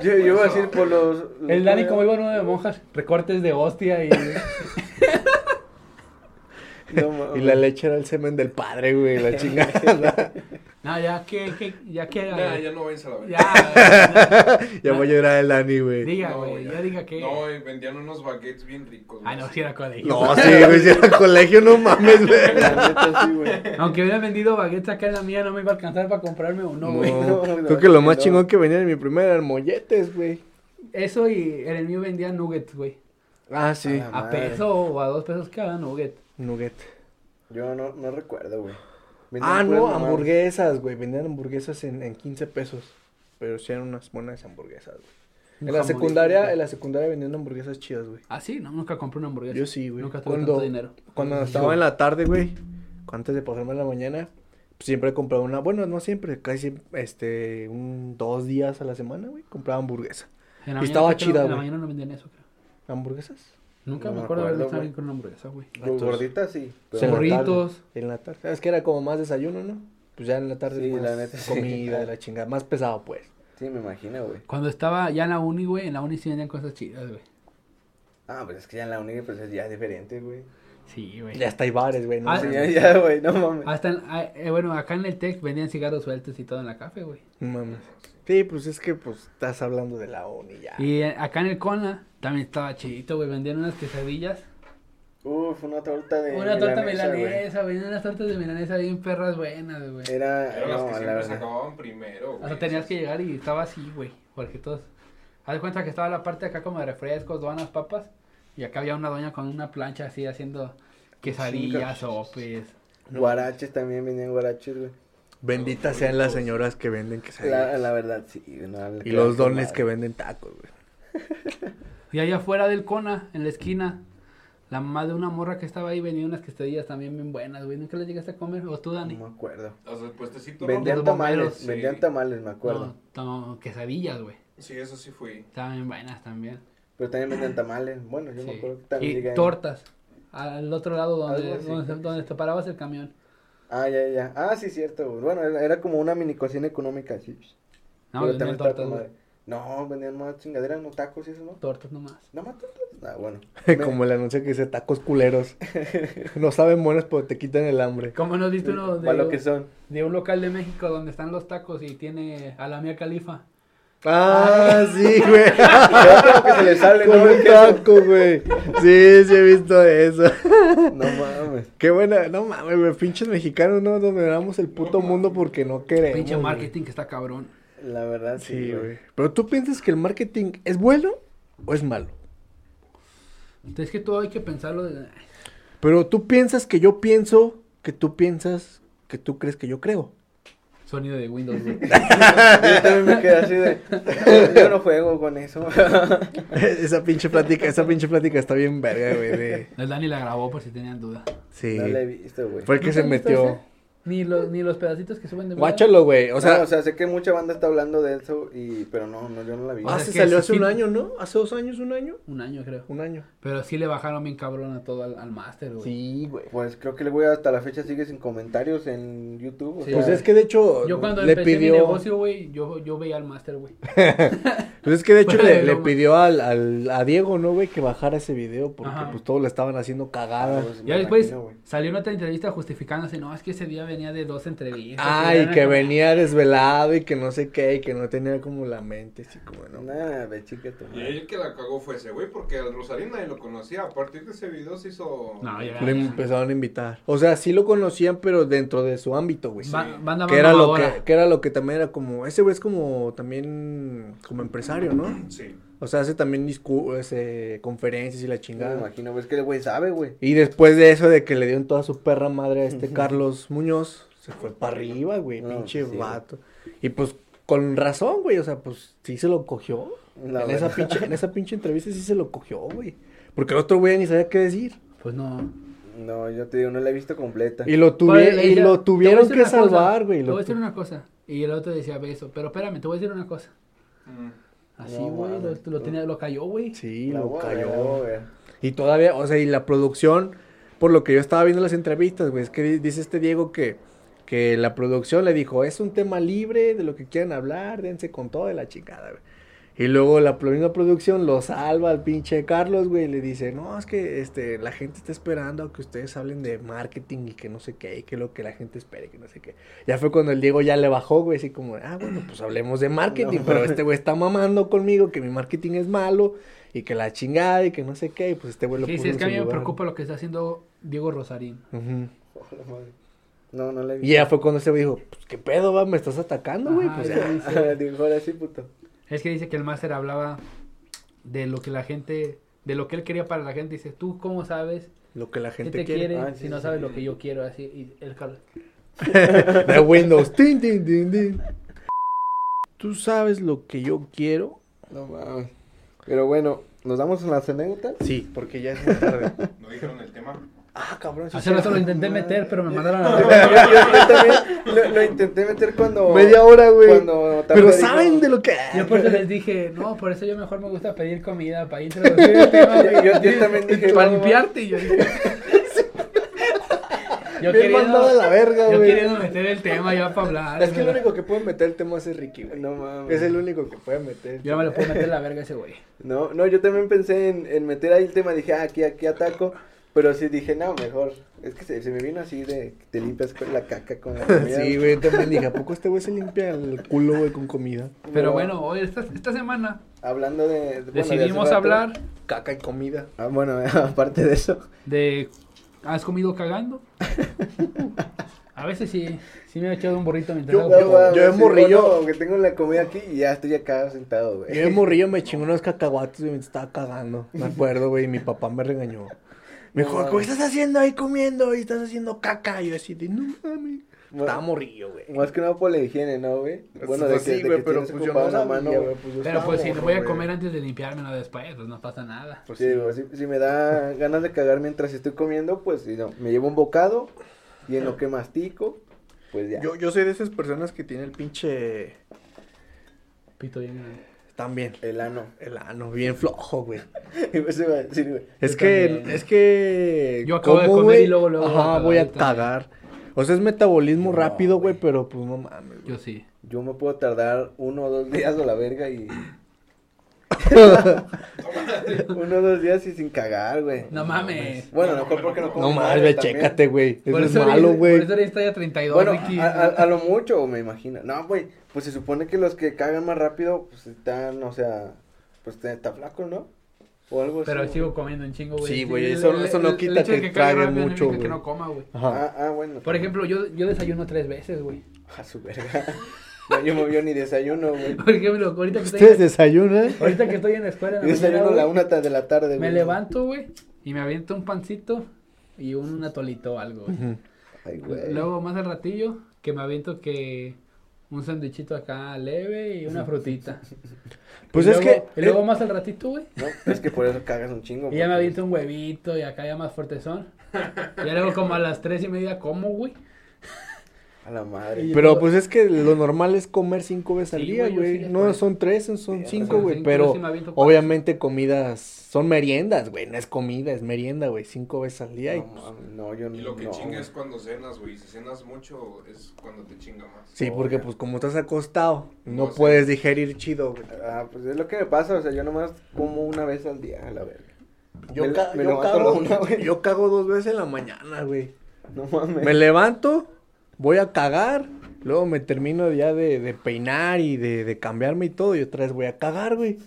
Speaker 3: Yo, yo iba a decir por los.
Speaker 2: <laughs>
Speaker 3: los-
Speaker 2: El Dani, como iba en uno de monjas, recortes de
Speaker 3: <laughs>
Speaker 2: hostia y.
Speaker 3: No mames.
Speaker 1: <laughs> Y la leche era el semen del padre, güey, la chingada.
Speaker 2: no, ya que. que ya que.
Speaker 4: Nah, ya no vayas a la verga.
Speaker 2: ya,
Speaker 1: ya voy a llorar el Dani,
Speaker 2: no,
Speaker 1: güey.
Speaker 2: diga,
Speaker 4: No,
Speaker 2: güey.
Speaker 4: güey,
Speaker 2: ya diga que.
Speaker 4: No, y vendían unos baguettes bien ricos.
Speaker 2: ah, no,
Speaker 4: güey.
Speaker 2: si era colegio.
Speaker 1: No, sí, güey, si era colegio, no mames, güey.
Speaker 3: La neta, sí, güey.
Speaker 2: Aunque hubiera vendido baguettes acá en la mía, no me iba a alcanzar para comprarme uno, güey.
Speaker 1: No,
Speaker 3: güey, no,
Speaker 1: creo que lo más
Speaker 3: no.
Speaker 1: chingón que venía en mi primera eran molletes, güey.
Speaker 2: Eso y en el mío vendían nuggets, güey.
Speaker 1: Ah, sí.
Speaker 3: Ah, La
Speaker 2: A
Speaker 3: madre.
Speaker 2: peso o a dos pesos cada nugget.
Speaker 1: Nugget.
Speaker 3: Yo no, no recuerdo, güey. Vendían
Speaker 1: Ah,
Speaker 3: puras
Speaker 1: no,
Speaker 3: mamadas.
Speaker 1: hamburguesas, güey. Vendían hamburguesas en, en 15 pesos. Pero sí eran unas buenas hamburguesas, güey.
Speaker 2: Un
Speaker 1: En la
Speaker 2: jamón y-
Speaker 1: secundaria, en la secundaria vendían hamburguesas chidas, güey.
Speaker 2: Ah, sí, no, nunca compré una hamburguesa.
Speaker 1: Yo sí, güey.
Speaker 2: Nunca tuve
Speaker 1: Cuando,
Speaker 2: tanto dinero.
Speaker 1: cuando estaba en la tarde, güey, antes de pasarme a la mañana, pues, siempre compraba una, bueno, no siempre, casi este, un, dos días a la semana, güey, compraba hamburguesa.
Speaker 2: En la
Speaker 1: Y
Speaker 2: mañana
Speaker 1: estaba
Speaker 2: creo que no-
Speaker 1: chida,
Speaker 2: En la
Speaker 1: güey.
Speaker 2: mañana no vendían eso, creo.
Speaker 1: ¿Hamburguesas?
Speaker 2: Nunca
Speaker 3: No
Speaker 2: me
Speaker 3: me
Speaker 2: acuerdo de haber
Speaker 3: acuerdo,
Speaker 2: visto a alguien
Speaker 3: güey.
Speaker 2: con una hamburguesa, güey.
Speaker 1: Entonces,
Speaker 3: Gordita, sí. pero-
Speaker 1: en la tarde,
Speaker 2: Burritos.
Speaker 1: En la tarde. Es que era como más desayuno, ¿no? Pues ya en la tarde
Speaker 3: Sí,
Speaker 1: más
Speaker 3: la neta, sí.
Speaker 1: comida, la chingada, más pesado, pues.
Speaker 3: Sí, me imagino, güey.
Speaker 2: Cuando estaba ya en la uni, güey, en la uni sí vendían cosas chidas, güey.
Speaker 3: Ah, pero es que ya en la uni pues, es ya pues, diferente, güey.
Speaker 2: Sí, güey.
Speaker 1: Ya está, hay bares, güey. ¿no?
Speaker 2: Ah,
Speaker 3: Sí,
Speaker 1: mames.
Speaker 3: ya, ya, güey, no mames.
Speaker 2: Hasta, en- ah, eh, bueno, acá en el TEC vendían cigarros sueltos y todo en la café, güey.
Speaker 1: No mames. Sí, pues es que pues estás hablando de la ONI ya.
Speaker 2: Y eh, acá en el Cona también estaba chidito, güey. Vendían unas quesadillas.
Speaker 3: Uf, una torta de.
Speaker 2: Una torta
Speaker 3: milanesa, güey.
Speaker 2: milanesa, vendían unas tortas de milanesa bien perras buenas, güey.
Speaker 3: Era.
Speaker 4: Pero las
Speaker 3: no,
Speaker 4: que
Speaker 3: la
Speaker 4: siempre se
Speaker 3: verdad.
Speaker 4: acababan primero,
Speaker 2: O sea,
Speaker 4: güey.
Speaker 2: tenías que llegar y estaba así, güey. Porque todos. Haz de cuenta que estaba la parte de acá como de refrescos, donas, papas. Y acá había una doña con una plancha así haciendo quesadillas, sopes.
Speaker 3: Guaraches también venían guaraches, güey.
Speaker 1: Benditas
Speaker 4: Los
Speaker 1: sean las
Speaker 4: burritos.
Speaker 1: señoras que venden quesadillas.
Speaker 3: La, la verdad, sí. güey, no, le
Speaker 1: Y
Speaker 3: quedaba
Speaker 1: los
Speaker 3: con
Speaker 1: dones
Speaker 3: madre.
Speaker 1: que venden tacos, güey.
Speaker 2: Y allá afuera del Cona, en la esquina, la mamá de una morra que estaba ahí vendía unas quesadillas también bien buenas, güey. ¿Nunca las llegaste a comer? ¿O tú, Dani?
Speaker 3: No me acuerdo.
Speaker 4: O sea, el puestecito
Speaker 3: Vendían
Speaker 2: los
Speaker 4: rojo.
Speaker 3: tamales,
Speaker 2: bomberos,
Speaker 3: vendían
Speaker 4: sí.
Speaker 3: tamales, me acuerdo.
Speaker 2: No, no, quesadillas, güey.
Speaker 4: Sí, eso sí fui.
Speaker 2: Estaban bien buenas también.
Speaker 3: Pero también vendían tamales. Bueno, yo me
Speaker 2: Sí.
Speaker 3: acuerdo que también llegué
Speaker 2: Y
Speaker 3: ahí.
Speaker 2: tortas. Al otro lado donde,
Speaker 3: Algo así,
Speaker 2: donde,
Speaker 3: creo que
Speaker 2: donde te parabas el camión.
Speaker 3: Ah, ya, ya. Ah, sí, cierto. güey. Bueno, era, era como una mini cocina económica, sí.
Speaker 2: No,
Speaker 3: Pero
Speaker 2: vendían
Speaker 3: también estaba
Speaker 2: tortas,
Speaker 3: con
Speaker 2: güey.
Speaker 3: madre. No, vendían más chingaderas, no tacos y eso, ¿no?
Speaker 2: Tortas nomás.
Speaker 3: Nada más tortas. Ah, bueno.
Speaker 1: <laughs> Como el anuncio que dice tacos
Speaker 3: <laughs>
Speaker 1: culeros. no saben buenos, pero te quitan el hambre.
Speaker 2: ¿Cómo no has visto uno de,
Speaker 3: Para lo que <laughs> son.
Speaker 2: de un local de México donde están los tacos y tiene a la mía califa?
Speaker 1: Ah, <laughs> sí, güey.
Speaker 3: Creo que se les sale,
Speaker 1: Con
Speaker 3: ¿no? <laughs>
Speaker 1: un taco, güey. Sí, sí he visto eso. <laughs>
Speaker 3: No mames.
Speaker 1: Qué buena, no mames, güey, pinches mexicanos, no dominamos el puto mundo porque no queremos.
Speaker 2: Pinche
Speaker 1: güey.
Speaker 2: marketing que está cabrón.
Speaker 3: La verdad,
Speaker 1: Sí, güey. Pero tú piensas que el marketing es bueno o es malo.
Speaker 2: Entonces es que todo hay que pensarlo. de-
Speaker 1: Pero tú piensas que yo pienso, que tú piensas, que tú crees que yo creo. <laughs>
Speaker 2: Sonido de Windows,
Speaker 3: <laughs>
Speaker 2: güey.
Speaker 3: Yo también me quedé así de. <laughs> Yo no juego con <laughs> eso.
Speaker 1: esa pinche plática, esa pinche plática está bien verga, güey. de-
Speaker 2: El Dani la grabó por si tenían duda.
Speaker 1: Sí.
Speaker 3: No la he visto, güey.
Speaker 1: Fue el que
Speaker 2: ¿Nunca
Speaker 1: se
Speaker 2: has visto
Speaker 1: metió.
Speaker 2: ese? Ni los, ni los pedacitos que suben de Windows.
Speaker 1: Guáchalo, güey. O sea,
Speaker 3: No, o sea, sé que mucha banda está hablando de eso, y... pero no, no yo no la vi.
Speaker 1: ah,
Speaker 2: o sea,
Speaker 1: se
Speaker 2: que
Speaker 1: salió
Speaker 2: se
Speaker 1: hace un
Speaker 2: filtra.
Speaker 1: año, ¿no? Hace dos años, un año.
Speaker 2: Un año, creo.
Speaker 1: Un año.
Speaker 2: Pero sí le bajaron bien cabrón a todo al, al máster, güey.
Speaker 1: Sí, güey.
Speaker 3: Pues creo que el güey hasta la fecha sigue sin comentarios en YouTube. o
Speaker 2: Sí.
Speaker 3: sea,
Speaker 1: Pues es que de hecho
Speaker 2: Yo cuando
Speaker 1: le
Speaker 2: empecé
Speaker 1: pidió,
Speaker 2: mi negocio, güey, yo, yo veía al máster, güey.
Speaker 1: pues es que de hecho
Speaker 2: Fuera de
Speaker 1: le, le
Speaker 2: broma.
Speaker 1: pidió al, al- a Diego, ¿no, güey? Que bajara ese video porque
Speaker 2: Ajá.
Speaker 1: pues todos le estaban haciendo cagadas.
Speaker 3: pues, me
Speaker 2: Ya después
Speaker 3: imagino, güey.
Speaker 2: salió una otra entrevista justificándose, no, es que ese día venía de dos entrevistas.
Speaker 1: Ay,
Speaker 2: era
Speaker 1: que
Speaker 2: como-
Speaker 1: venía desvelado y que no sé qué, y que no tenía como la mente, así como, no.
Speaker 3: Nah, ve chica tu
Speaker 4: Y
Speaker 3: madre.
Speaker 4: el que la cagó fue ese güey, porque al Rosarín nadie lo conocía. A partir de ese video se hizo.
Speaker 2: No, ya.
Speaker 1: Le empezaron a invitar. O sea, sí lo conocían, pero dentro de su ámbito, güey.
Speaker 2: Ba-
Speaker 4: Sí.
Speaker 2: Banda
Speaker 1: Que era, lo que,
Speaker 2: mamadora.
Speaker 1: que era lo que también era como, ese güey es como también, como empresario, ¿no?
Speaker 4: Sí.
Speaker 1: O sea, hace también discu- ese, conferencias y la
Speaker 3: No me
Speaker 1: chingada.
Speaker 3: imagino, güey, es que el güey sabe, güey.
Speaker 1: Y después de eso, de que le dieron toda su perra madre a este Carlos Muñoz, se fue para arriba, güey,
Speaker 3: No,
Speaker 1: pinche
Speaker 3: sí, güey.
Speaker 1: vato. Y pues con razón, güey, o sea, pues sí se lo cogió.
Speaker 3: La
Speaker 1: en,
Speaker 3: verdad.
Speaker 1: esa pinche, en esa pinche entrevista sí se lo cogió, güey. Porque el otro güey ni sabía qué decir.
Speaker 2: Pues no.
Speaker 3: No, yo te digo, no la he visto completa.
Speaker 1: Y lo, tuvi-
Speaker 2: Padre, le
Speaker 1: y
Speaker 2: decía,
Speaker 1: lo
Speaker 2: "Te voy a
Speaker 1: tuvieron
Speaker 2: decir
Speaker 1: que
Speaker 2: una cosa,
Speaker 1: salvar, güey.
Speaker 2: Te
Speaker 1: lo
Speaker 2: voy a decir
Speaker 1: tu-
Speaker 2: una cosa. Y el otro decía beso. Pero espérame, te voy a decir una cosa.
Speaker 4: Mm.
Speaker 2: Así,
Speaker 3: No,
Speaker 2: güey, lo,
Speaker 3: mames.
Speaker 2: lo tenía- lo cayó, güey.
Speaker 1: Sí,
Speaker 3: La
Speaker 1: lo
Speaker 3: voy a ver,
Speaker 1: cayó.
Speaker 3: la voy a ver.
Speaker 1: Y todavía, o sea, y la producción, por lo que yo estaba viendo las entrevistas, güey, es que di- dice este Diego que, que la producción le dijo, es un tema libre de lo que quieran hablar, dense con todo de la chingada, güey. Y luego la pro- misma producción lo salva al pinche Carlos, güey, y le dice, no, es que este, la gente está esperando a que ustedes hablen de marketing y que no sé qué, y que lo que la gente espere, que no sé qué. Ya fue cuando el Diego ya le bajó, güey, así como, ah, bueno, pues hablemos de marketing,
Speaker 3: No.
Speaker 1: pero este güey está mamando conmigo que mi marketing es malo y que la chingada y que no sé qué, y pues este güey lo
Speaker 2: Sí,
Speaker 1: puso
Speaker 2: sí, es
Speaker 1: en
Speaker 2: que a
Speaker 1: su
Speaker 2: mí me
Speaker 1: lugar.
Speaker 2: preocupa lo que está haciendo Diego Rosarín.
Speaker 1: Ujú.
Speaker 3: Oh, la madre. No, no la he
Speaker 1: Y
Speaker 3: visto.
Speaker 1: ya fue cuando ese güey dijo, pues qué pedo, va, me estás atacando, güey,
Speaker 2: Ajá,
Speaker 1: pues
Speaker 2: ya
Speaker 1: ya.
Speaker 2: dice.
Speaker 3: Dijo, ahora <laughs> sí, puto.
Speaker 2: Es que dice que el máster hablaba de lo que la gente, de lo que él quería para la gente. Dice, ¿tú cómo sabes
Speaker 1: Lo que la
Speaker 2: qué
Speaker 1: gente
Speaker 2: te
Speaker 1: quiere.
Speaker 2: quiere
Speaker 3: Ah, sí,
Speaker 2: si no
Speaker 3: sí,
Speaker 2: sabes
Speaker 3: sí.
Speaker 2: lo que yo quiero? Así, y el Carlos.
Speaker 1: <laughs> De Windows. Tin, tin, tin, tin. Tú sabes lo que yo quiero.
Speaker 3: No mames. Pero bueno, ¿nos damos las anécdotas?
Speaker 1: Sí, porque ya es muy tarde.
Speaker 4: No dijeron el tema.
Speaker 1: <laughs> ah, cabrón. sí,
Speaker 2: Hace
Speaker 1: sí.
Speaker 2: rato lo intenté meter, pero me mandaron a la
Speaker 3: <laughs> Yo,
Speaker 2: verga.
Speaker 3: yo también lo, lo intenté meter cuando.
Speaker 1: Media hora, güey.
Speaker 3: Cuando Taco
Speaker 1: Pero
Speaker 3: dijo-
Speaker 1: saben de lo que.
Speaker 2: Yo por eso les dije, no, por eso yo mejor me gusta pedir comida para introducir el tema.
Speaker 3: Yo- yo- yo también dije,
Speaker 2: Para
Speaker 3: no,
Speaker 2: limpiarte. y Yo, yo,
Speaker 1: Bien mandado a
Speaker 2: queriendo,
Speaker 1: la verga,
Speaker 2: yo
Speaker 1: güey.
Speaker 2: queriendo meter el tema ya para hablar.
Speaker 1: Es que el
Speaker 2: ¿verdad?
Speaker 1: único que puede meter el tema es el Ricky, güey.
Speaker 3: No mames.
Speaker 1: Es el único que puede meter.
Speaker 2: Yo me lo puedo meter la verga a ese güey.
Speaker 3: No, no, yo también pensé en, en meter ahí el tema. Dije, ah, aquí, aquí ataco. Pero sí dije, no, mejor. Es que se, se me vino así de que te limpias con la caca
Speaker 1: <laughs>
Speaker 3: con la comida.
Speaker 1: Sí, güey, también dije, ¿a poco este güey se limpia el culo, güey, con comida?
Speaker 2: Pero
Speaker 3: No,
Speaker 2: bueno, hoy, esta, esta semana
Speaker 3: Hablando de. bueno, de hace
Speaker 2: decidimos
Speaker 3: rato.
Speaker 2: hablar
Speaker 1: Caca y comida.
Speaker 3: Ah, bueno, <laughs> aparte de eso.
Speaker 2: de. ¿Has comido cagando? A veces sí, sí me ha echado un borrito mientras
Speaker 1: Yo-
Speaker 2: hago
Speaker 1: yo-
Speaker 2: popó.
Speaker 1: yo de morrillo-
Speaker 3: Que tengo la comida aquí y ya estoy acá sentado,
Speaker 1: Yo
Speaker 3: güey.
Speaker 1: de
Speaker 3: <laughs>
Speaker 1: morrillo me chingó unos cacahuates y me estaba cagando. Me acuerdo, güey, y mi papá me regañó. Me dijo,
Speaker 3: No.
Speaker 1: ¿qué estás haciendo ahí comiendo? Y estás haciendo caca. Y yo así de, no mames.
Speaker 3: Bueno.
Speaker 1: Estaba morrillo, güey.
Speaker 3: Más que nada por la higiene, ¿no, güey? Bueno, de
Speaker 1: Pues
Speaker 3: que,
Speaker 1: sí,
Speaker 3: de
Speaker 1: güey,
Speaker 3: que
Speaker 1: pero
Speaker 3: tienes
Speaker 1: pues yo no
Speaker 3: ocupada una
Speaker 1: sabía,
Speaker 3: mano.
Speaker 1: güey, pues yo
Speaker 2: Pero
Speaker 1: estaba
Speaker 2: pues si lo
Speaker 1: morro,
Speaker 2: voy a
Speaker 1: güey.
Speaker 2: comer antes de limpiármelo después, pues no pasa nada.
Speaker 1: Pues
Speaker 3: Sí, digo, si, si me da ganas de cagar mientras estoy comiendo, pues si no, me llevo un bocado y en lo que mastico, pues ya.
Speaker 1: Yo, yo soy de esas personas que tiene el pinche.
Speaker 2: Pito bien grande.
Speaker 1: También.
Speaker 3: El ano. <laughs>
Speaker 1: El ano, bien flojo, güey.
Speaker 3: Y pues iba a decir, güey.
Speaker 1: Es
Speaker 2: Yo
Speaker 1: que,
Speaker 2: también.
Speaker 1: es que.
Speaker 2: Yo acabo de
Speaker 1: ¿cómo,
Speaker 2: comer
Speaker 1: güey?
Speaker 2: y luego, luego voy a
Speaker 1: Ajá,
Speaker 2: cagar
Speaker 1: voy a
Speaker 2: ahorita.
Speaker 1: cagar. O sea, es metabolismo
Speaker 3: No,
Speaker 1: rápido, güey,
Speaker 3: güey.
Speaker 1: pero pues no mames, güey.
Speaker 2: Yo sí.
Speaker 3: Yo me puedo tardar uno o dos días a la verga y. uno o dos días y sin cagar, güey.
Speaker 2: No mames.
Speaker 3: Bueno, a lo mejor porque no como
Speaker 1: No mames,
Speaker 3: madre
Speaker 1: ve,
Speaker 3: también.
Speaker 1: chécate, güey. Eso
Speaker 2: Por
Speaker 1: es
Speaker 2: ahorita-
Speaker 1: malo,
Speaker 2: Por
Speaker 1: güey.
Speaker 2: eso ahorita ya 32,
Speaker 3: Bueno,
Speaker 2: Ricky.
Speaker 3: a, a- a lo mucho, me imagino. No, güey, pues se supone que los que cagan más rápido, pues están, o sea, pues te- está flaco, ¿no? O algo así.
Speaker 2: Pero
Speaker 3: güey.
Speaker 2: sigo comiendo un chingo, güey.
Speaker 1: Sí, güey,
Speaker 2: El-
Speaker 1: eso-
Speaker 2: el-
Speaker 1: eso no
Speaker 2: el- el
Speaker 1: quita
Speaker 2: hecho de
Speaker 1: que
Speaker 2: cague
Speaker 1: trague
Speaker 2: rápido no
Speaker 1: mucho,
Speaker 2: significa que
Speaker 1: güey.
Speaker 2: no coma, güey.
Speaker 1: Ajá.
Speaker 3: Ah, ah, bueno.
Speaker 2: Por ejemplo, yo, yo desayuno tres veces, güey.
Speaker 3: <laughs>
Speaker 2: <laughs>
Speaker 3: A su verga. <laughs> No, yo me vio ni desayuno, güey.
Speaker 2: Por ejemplo, ahorita que, estoy
Speaker 1: ¿Ustedes
Speaker 2: en, <laughs>
Speaker 1: desayunan?
Speaker 2: ahorita que estoy en la escuela,
Speaker 3: Yo
Speaker 2: en la mañana,
Speaker 3: desayuno a la
Speaker 2: güey,
Speaker 3: una ta- de la tarde, güey.
Speaker 2: me levanto, güey, y me aviento un pancito y un atolito o algo,
Speaker 1: <laughs>
Speaker 2: güey.
Speaker 1: Ujú.
Speaker 3: Ay, güey.
Speaker 2: Luego, más al ratillo, que me aviento que un sándwichito acá leve y una frutita.
Speaker 1: Pues
Speaker 2: Y
Speaker 1: es
Speaker 2: luego-
Speaker 1: que.
Speaker 2: Y luego más al ratito, güey.
Speaker 3: No, es que por eso cagas un chingo.
Speaker 2: Y ya me
Speaker 3: porque-
Speaker 2: aviento un huevito y acá ya más fuertezón. Ya luego como a las tres y media como, güey.
Speaker 3: A la madre.
Speaker 2: Y-
Speaker 1: Pero pues es que lo normal es comer cinco veces al
Speaker 2: Sí,
Speaker 1: día,
Speaker 2: güey, yo sí
Speaker 1: güey.
Speaker 2: les
Speaker 1: No,
Speaker 2: pongo.
Speaker 1: son tres, son- son
Speaker 3: Sí,
Speaker 1: cinco,
Speaker 2: son
Speaker 1: güey.
Speaker 2: cinco, yo
Speaker 1: Pero
Speaker 2: sí me aviento cuatro.
Speaker 1: obviamente comidas son meriendas, güey. No es comida, es merienda, güey. Cinco veces al día. y,
Speaker 3: No,
Speaker 1: pues,
Speaker 3: mami, no, yo no.
Speaker 4: Y lo que
Speaker 3: no,
Speaker 4: chinga
Speaker 3: güey.
Speaker 4: es cuando cenas, güey. Si cenas mucho es cuando te chinga más.
Speaker 1: sí, porque pues como estás acostado, no
Speaker 4: No sé.
Speaker 1: puedes digerir chido, güey.
Speaker 3: Ah, pues es lo que me pasa, o sea, yo nomás como una vez al día, a la verga.
Speaker 1: Yo,
Speaker 3: Me-
Speaker 1: ca-
Speaker 3: me
Speaker 1: yo
Speaker 3: levanto a la una,
Speaker 1: cago,
Speaker 3: güey.
Speaker 1: yo cago dos veces en la mañana, güey.
Speaker 3: No mames.
Speaker 1: Me levanto, voy a cagar, luego me termino ya de, de peinar y de, de cambiarme y todo, y otra vez voy a cagar, güey.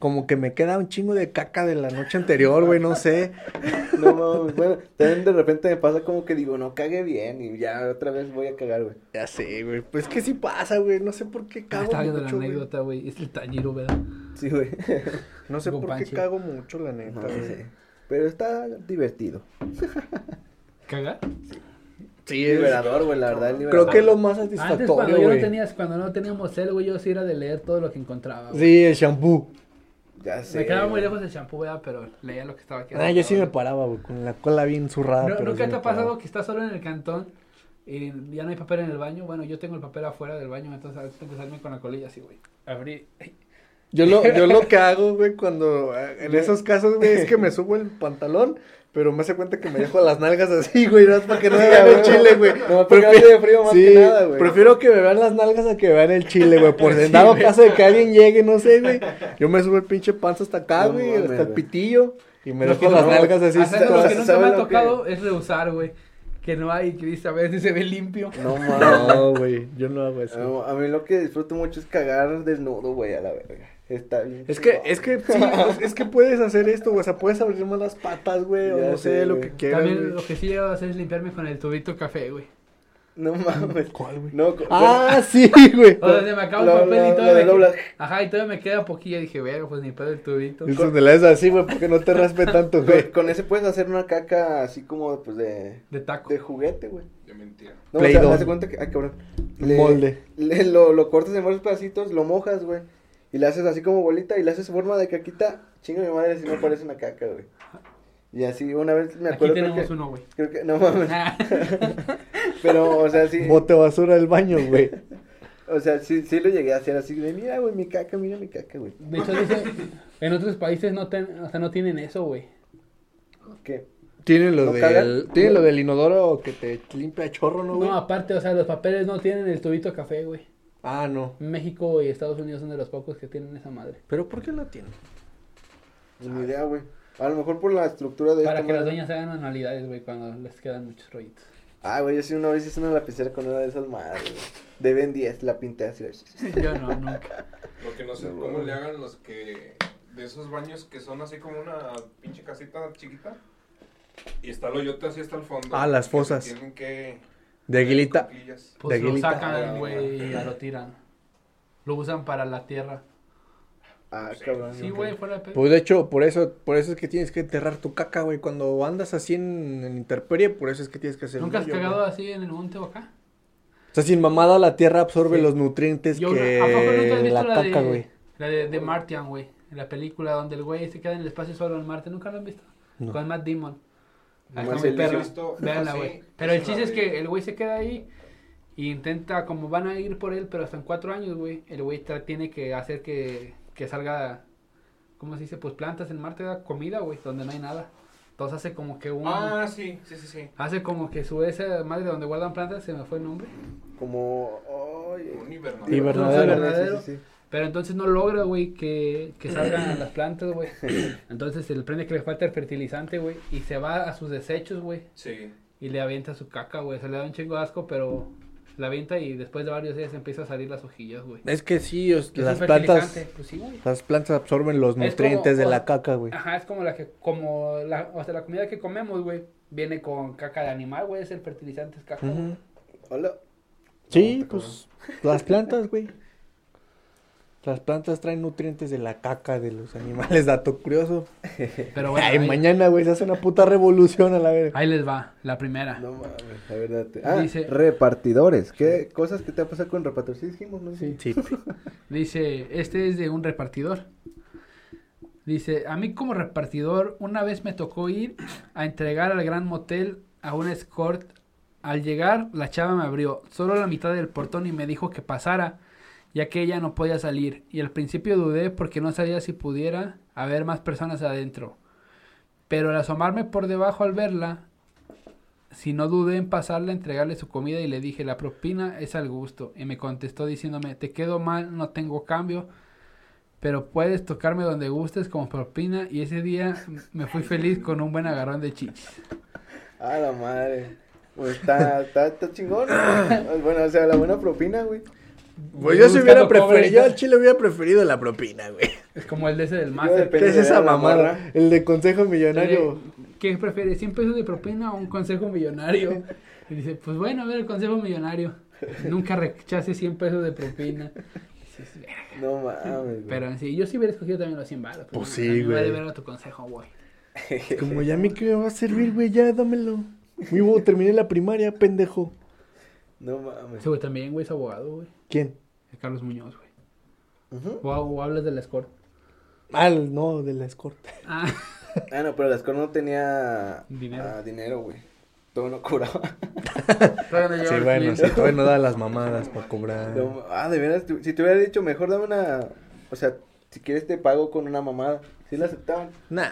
Speaker 1: Como que me queda un chingo de caca de la noche anterior, güey, no sé.
Speaker 3: No mames, bueno, también de repente me pasa como que digo, no cague bien y ya otra vez voy a cagar, güey.
Speaker 1: Ya sé, güey. Pues que sí pasa, güey. No sé por qué
Speaker 2: Ah,
Speaker 1: cago
Speaker 2: Estaba viendo la
Speaker 1: mucho, güey.
Speaker 2: anécdota, güey. Es el tañiro, ¿verdad?
Speaker 1: <laughs>
Speaker 3: Sí, güey.
Speaker 1: No sé
Speaker 2: Con
Speaker 1: por qué
Speaker 2: Panche.
Speaker 1: cago mucho, la neta,
Speaker 3: No
Speaker 1: güey.
Speaker 3: sé. Pero está divertido.
Speaker 2: ¿Cagar?
Speaker 1: Sí, es-
Speaker 3: Liberador, güey, la verdad, liberador.
Speaker 1: creo que es lo más
Speaker 2: Antes cuando
Speaker 1: satisfactorio,
Speaker 2: yo no
Speaker 1: güey.
Speaker 2: tenías, cuando no teníamos cel, güey, yo sí era de leer todo lo que encontraba. güey.
Speaker 1: Sí, el shampoo.
Speaker 3: Ya sé.
Speaker 2: me quedaba muy
Speaker 3: güey.
Speaker 2: lejos del champú, ¿verdad? Pero leía lo que estaba aquí.
Speaker 1: Ah, yo sí me paraba, güey, con la cola bien zurrada.
Speaker 2: No,
Speaker 1: pero
Speaker 2: ¿Nunca
Speaker 1: sí
Speaker 2: te
Speaker 1: me
Speaker 2: ha
Speaker 1: paraba.
Speaker 2: pasado que estás solo en el cantón y ya no hay papel en el baño? Bueno, yo tengo el papel afuera del baño, entonces a veces tengo que salirme con la colilla así, güey. Abrí.
Speaker 1: Yo lo, yo lo que hago, güey, cuando eh, en esos casos, güey, es que me subo el pantalón, pero me hace cuenta que me dejo las nalgas así, güey, no es para que no me vean el chile, güey.
Speaker 3: No, porque hace de frío más
Speaker 1: sí,
Speaker 3: que nada, güey.
Speaker 1: prefiero que me vean las nalgas a que vean el chile, güey, por en dado caso de que alguien llegue, no sé, güey. Yo me subo el pinche panza hasta acá,
Speaker 3: No
Speaker 1: güey,
Speaker 3: mames,
Speaker 1: hasta el
Speaker 3: güey.
Speaker 1: pitillo y me
Speaker 2: Lo
Speaker 1: dejo
Speaker 2: que
Speaker 1: las
Speaker 2: no,
Speaker 1: nalgas así.
Speaker 2: Hasta
Speaker 1: hasta-
Speaker 2: lo que
Speaker 3: ¿sabes
Speaker 2: nunca me ha
Speaker 3: lo que-
Speaker 2: tocado es rehusar, güey. Que no hay, que dice, a ver si se ve limpio.
Speaker 3: No mames.
Speaker 1: No, güey, yo no hago eso.
Speaker 3: No, Ah, a mí lo que disfruto mucho es cagar desnudo, güey, a la verga. Está bien.
Speaker 1: <laughs> Es que,
Speaker 3: chingón.
Speaker 1: es que, sí, es- es que puedes hacer esto, güey, o sea, puedes abrir más las patas, güey, o
Speaker 3: Ya
Speaker 1: no sé,
Speaker 3: sé,
Speaker 1: lo
Speaker 3: güey.
Speaker 1: que quieras,
Speaker 2: También
Speaker 1: güey.
Speaker 2: lo que sí he llegado a hacer es limpiarme con el tubito café, güey.
Speaker 3: No mames.
Speaker 1: ¿Cuál, güey?
Speaker 3: No, co-
Speaker 1: Ah, sí, güey.
Speaker 2: O sea, se me acaba
Speaker 3: Lo-
Speaker 2: el papel
Speaker 3: lo-
Speaker 2: y
Speaker 3: lo
Speaker 2: todo. me que-
Speaker 3: doblas.
Speaker 2: Ajá, y todavía me queda poquillo. Dije, verga, pues ni pedo el tubito.
Speaker 1: Es donde la es así, güey, porque no te raspe tanto,
Speaker 3: con,
Speaker 1: güey.
Speaker 3: con, con ese puedes hacer una caca así como, pues, de,
Speaker 2: De taco.
Speaker 3: de juguete, güey.
Speaker 4: De mentira.
Speaker 3: No,
Speaker 1: Play
Speaker 3: o sea,
Speaker 1: Doh.
Speaker 3: haz de cuenta que, ay, cabrón.
Speaker 1: Molde.
Speaker 3: le- lo, lo cortas en varios pedacitos, lo mojas, güey. Y le haces así como bolita y le haces forma de caquita. Chinga mi madre si no parece una caca, güey. Y así, una vez me
Speaker 2: Aquí
Speaker 3: acuerdo creo
Speaker 2: tenemos
Speaker 3: que,
Speaker 2: uno,
Speaker 3: <laughs>
Speaker 2: güey.
Speaker 3: creo que, no mames,
Speaker 2: Ah,
Speaker 3: pero, o sea, sí,
Speaker 1: Bote basura del baño, güey.
Speaker 3: o sea, sí, sí lo llegué a hacer así de, mira, güey, mi caca, mira mi caca, güey.
Speaker 2: De hecho, dice, en otros países no, ten, o sea, no tienen eso, güey.
Speaker 3: ¿Qué?
Speaker 1: Tiene lo,
Speaker 3: ¿No
Speaker 1: del,
Speaker 3: cagan?
Speaker 1: tiene lo del inodoro que te limpia a chorro, ¿no, güey?
Speaker 2: No, aparte, o sea, los papeles no tienen el tubito café, güey.
Speaker 1: Ah, no.
Speaker 2: México y Estados Unidos son de los pocos que tienen esa madre.
Speaker 1: ¿Pero por qué la tiene?
Speaker 3: Ni idea, güey. A lo mejor por la estructura de
Speaker 2: Para
Speaker 3: esta
Speaker 2: que las
Speaker 3: madre.
Speaker 2: doñas hagan manualidades, güey, cuando les quedan muchos rollitos.
Speaker 3: Ah, güey, yo sí una vez hice una lapicera con una de esas madres, güey. De Ben 10, la pinté así. güey.
Speaker 2: Yo no, nunca.
Speaker 4: Lo que no sé
Speaker 3: No,
Speaker 4: cómo
Speaker 3: güey.
Speaker 4: le hagan los que. De esos baños que son así como una pinche casita chiquita. Y está el hoyote así hasta el fondo.
Speaker 1: Ah, las
Speaker 4: y se
Speaker 1: fosas.
Speaker 4: Tienen que.
Speaker 1: De aguilita.
Speaker 4: cuclillas.
Speaker 2: Pues lo
Speaker 1: aguilita.
Speaker 2: sacan, güey, y ya lo tiran. Lo usan para la tierra.
Speaker 3: Ah,
Speaker 4: Sí,
Speaker 3: cabrón.
Speaker 2: Sí,
Speaker 3: ok.
Speaker 2: güey, fuera de pedo.
Speaker 1: Pues de hecho, por eso, por eso es que tienes que enterrar tu caca, güey. Cuando andas así en, en intemperie, por eso es que tienes que hacer.
Speaker 2: ¿Nunca has
Speaker 1: hoyo, güey.
Speaker 2: cagado así en el monte o acá?
Speaker 1: O sea, sin mamada la tierra absorbe
Speaker 2: Sí.
Speaker 1: los nutrientes
Speaker 2: Yo,
Speaker 1: que
Speaker 2: ¿A poco nunca has visto
Speaker 1: la,
Speaker 2: la,
Speaker 1: caca,
Speaker 2: de,
Speaker 1: güey.
Speaker 2: la de, de Martian, güey? En la película donde el güey se queda en el espacio solo en Marte. ¿Nunca lo han visto?
Speaker 1: No.
Speaker 2: Con Matt Damon. Ah,
Speaker 3: Nomás
Speaker 2: está muy
Speaker 3: el
Speaker 2: perra.
Speaker 4: listo,
Speaker 2: Véanla,
Speaker 4: así,
Speaker 2: güey. Pero el
Speaker 4: es
Speaker 2: chiste
Speaker 4: la
Speaker 2: es
Speaker 4: de-
Speaker 2: que el güey se queda ahí y intenta, como van a ir por él, pero hasta en cuatro años, güey. El güey tra- tiene que hacer que, que salga, ¿cómo se dice? Pues plantas en Marte, da comida, güey, donde no hay nada. Entonces hace como que un...
Speaker 4: Ah, sí, sí, sí, sí.
Speaker 2: Hace como que su esa madre donde guardan plantas, se me fue el nombre.
Speaker 3: Como. Oye.
Speaker 4: Un hibernadero.
Speaker 1: Y
Speaker 2: Entonces,
Speaker 1: verdadero.
Speaker 2: verdadero. Pero entonces no logra, güey, que, que salgan las plantas, güey. Entonces se le prende que le falta el fertilizante, güey. Y se va a sus desechos, güey.
Speaker 4: Sí.
Speaker 2: Y le avienta su caca, güey. Se le da un chingo de asco, pero la avienta y después de varios días empieza a salir las hojillas, güey.
Speaker 1: Es que sí, os-
Speaker 2: Que es
Speaker 1: las
Speaker 2: un
Speaker 1: plantas,
Speaker 2: fertilizante, Pues sí, güey.
Speaker 1: las plantas absorben los
Speaker 2: como- Ah.
Speaker 1: nutrientes de
Speaker 2: o-
Speaker 1: la caca, güey.
Speaker 2: Ajá, es como la que, como la, o sea, la comida que comemos, güey, viene con caca de animal, güey, es el fertilizante, es caca. güey.
Speaker 1: Ujú.
Speaker 3: Hola.
Speaker 1: Sí,
Speaker 3: No,
Speaker 1: pues las plantas, güey. Las plantas traen nutrientes de la caca de los animales, dato curioso.
Speaker 2: Pero Ah, bueno,
Speaker 1: Ay,
Speaker 2: ahí,
Speaker 1: mañana, güey, se hace una puta revolución a la verga.
Speaker 2: ahí les va, la primera.
Speaker 3: No mames, la verdad. te- Ah,
Speaker 2: Dice-
Speaker 3: repartidores. ¿Qué cosas que te ha pasado con repartidores? Sí, dijimos, ¿no?
Speaker 2: Sí.
Speaker 1: Sí,
Speaker 2: Dice, este es de un repartidor. Dice, a mí como repartidor una vez me tocó ir a entregar al gran motel a un escort. Al llegar, la chava me abrió solo la mitad del portón y me dijo que pasara, ya que ella no podía salir. Y al principio dudé porque no sabía si pudiera haber más personas adentro. Pero al asomarme por debajo al verla, si no dudé en pasarle, entregarle su comida y le dije, la propina es al gusto. Y me contestó diciéndome, te quedo mal, no tengo cambio, pero puedes tocarme donde gustes como propina. Y ese día me fui feliz con un buen agarrón de chichis.
Speaker 3: Ah, la madre. Pues está, está, está chingón. güey. bueno, o sea, la buena propina, güey.
Speaker 1: Güey, yo si
Speaker 2: Buscando
Speaker 1: hubiera
Speaker 2: cobre.
Speaker 1: preferido, yo al chile hubiera preferido la propina, güey.
Speaker 2: Es como el de ese del
Speaker 3: depende.
Speaker 2: máster.
Speaker 1: ¿Qué es esa
Speaker 3: de la
Speaker 1: mamada?
Speaker 3: morra.
Speaker 1: El de consejo millonario.
Speaker 2: ¿Qué prefieres? ¿100 pesos de propina o un consejo millonario? Y dice, pues bueno, a ver el consejo millonario. Nunca rechaces 100 pesos de propina. Dices, "Verga".
Speaker 3: No mames. güey.
Speaker 2: Pero sí, yo sí hubiera escogido también los 100 balas.
Speaker 1: Pues sí, güey.
Speaker 2: Vale ver a tu consejo, güey.
Speaker 1: Como ya a mí que me va a servir, güey, ya dámelo. Muy bueno, terminé la primaria, pendejo.
Speaker 3: No mames.
Speaker 2: Ese güey también, güey, es abogado, güey.
Speaker 1: ¿Quién?
Speaker 2: El Carlos Muñoz, güey.
Speaker 3: Ujú.
Speaker 2: O, o hablas del escort.
Speaker 1: Ah, el- no, de la escorta.
Speaker 2: Ah,
Speaker 3: Ah, no, pero Lascor no tenía
Speaker 2: Dinero.
Speaker 3: ah, dinero, güey. Todo no cobraba.
Speaker 2: todavía no llegaba
Speaker 1: Sí,
Speaker 2: el
Speaker 1: bueno,
Speaker 2: cliente.
Speaker 1: sí, todavía no da las mamadas para
Speaker 3: No
Speaker 1: cobrar.
Speaker 3: ma- ah, de veras, tú- si te hubiera dicho, mejor dame una. O sea, si quieres te pago con una mamada. Sí la aceptaban.
Speaker 1: Nah,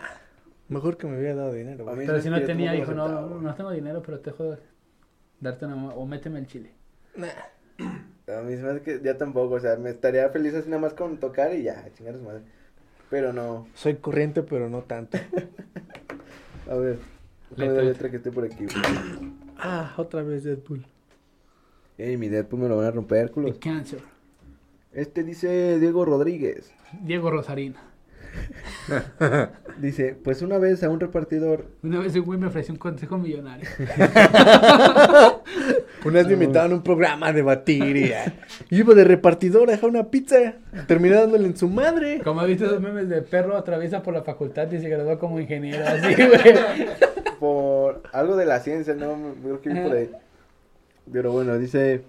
Speaker 1: mejor que me hubiera dado dinero,
Speaker 3: A
Speaker 1: güey.
Speaker 3: mí
Speaker 2: Pero si no
Speaker 3: yo
Speaker 2: tenía, dijo,
Speaker 3: tampoco lo
Speaker 2: no,
Speaker 3: aceptaba,
Speaker 2: no,
Speaker 3: güey.
Speaker 2: tengo dinero, pero te jodo darte una... mo- O méteme el chile.
Speaker 1: Nah.
Speaker 3: A mí se me hace que ya tampoco, o sea, me estaría feliz así nada más con tocar y ya, chingar a su madre. Pero no,
Speaker 1: Soy corriente, pero no tanto.
Speaker 3: a ver.
Speaker 2: Letra.
Speaker 3: Déjame la letra que estoy por aquí, güey.
Speaker 1: Ah, otra vez
Speaker 3: <laughs>
Speaker 1: Deadpool.
Speaker 3: Ey, mi Deadpool me lo van a romper, culos.
Speaker 2: El cáncer.
Speaker 3: Este dice Diego Rodríguez.
Speaker 2: Diego Rosarín.
Speaker 3: Dice, pues una vez a un repartidor.
Speaker 2: Una vez un güey me ofreció un consejo millonario. <laughs>
Speaker 1: Una vez me invitaban a un programa a debatir y ah, yo iba de repartidor a dejar una pizza. Terminé dándole en su madre.
Speaker 2: Como has visto esos memes de perro atraviesa por la facultad y se graduó como ingeniero. Así, <laughs> güey.
Speaker 3: Por algo de la ciencia, no, creo que vi por ahí. Pero bueno, dice.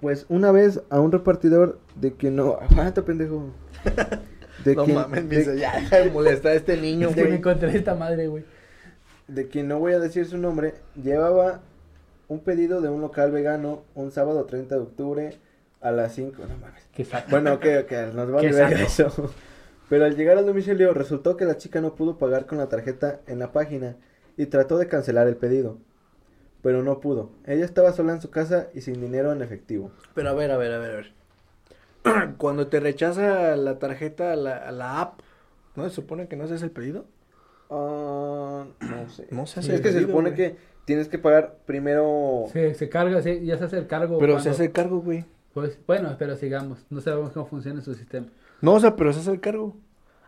Speaker 3: Pues una vez a un repartidor de que no. <laughs> Aguanta, pendejo. De
Speaker 1: no
Speaker 3: quien-
Speaker 1: mames, me
Speaker 3: de-
Speaker 1: dice, ya deja de molestar a este niño,
Speaker 2: Es que me
Speaker 1: güey.
Speaker 2: encontré esta madre, güey.
Speaker 3: de quien no voy a decir su nombre, llevaba un pedido de un local vegano un sábado 30 de octubre a las 5. No mames.
Speaker 2: Que saco.
Speaker 3: Bueno, que, que nos va a
Speaker 2: Qué
Speaker 3: ver
Speaker 2: saco.
Speaker 3: eso. Pero al llegar al domicilio resultó que la chica no pudo pagar con la tarjeta en la página y trató de cancelar el pedido. Pero no pudo. Ella estaba sola en su casa y sin dinero en efectivo.
Speaker 1: Pero a ver, <clears throat> a ver, a ver, a ver. Cuando te rechaza la tarjeta, la, la app, ¿No se supone que no haces el pedido?
Speaker 3: Ah, no sé.
Speaker 1: No se hace
Speaker 3: es
Speaker 1: el
Speaker 3: que se
Speaker 1: pedido,
Speaker 3: supone
Speaker 1: güey.
Speaker 3: que tienes que pagar primero.
Speaker 2: Se, se carga, sí, ya se hace el cargo.
Speaker 1: Pero se
Speaker 2: cuando-
Speaker 1: hace el cargo, güey.
Speaker 2: Pues, bueno, pero sigamos. No sabemos cómo funciona su sistema.
Speaker 1: No, o sea, pero se hace el cargo.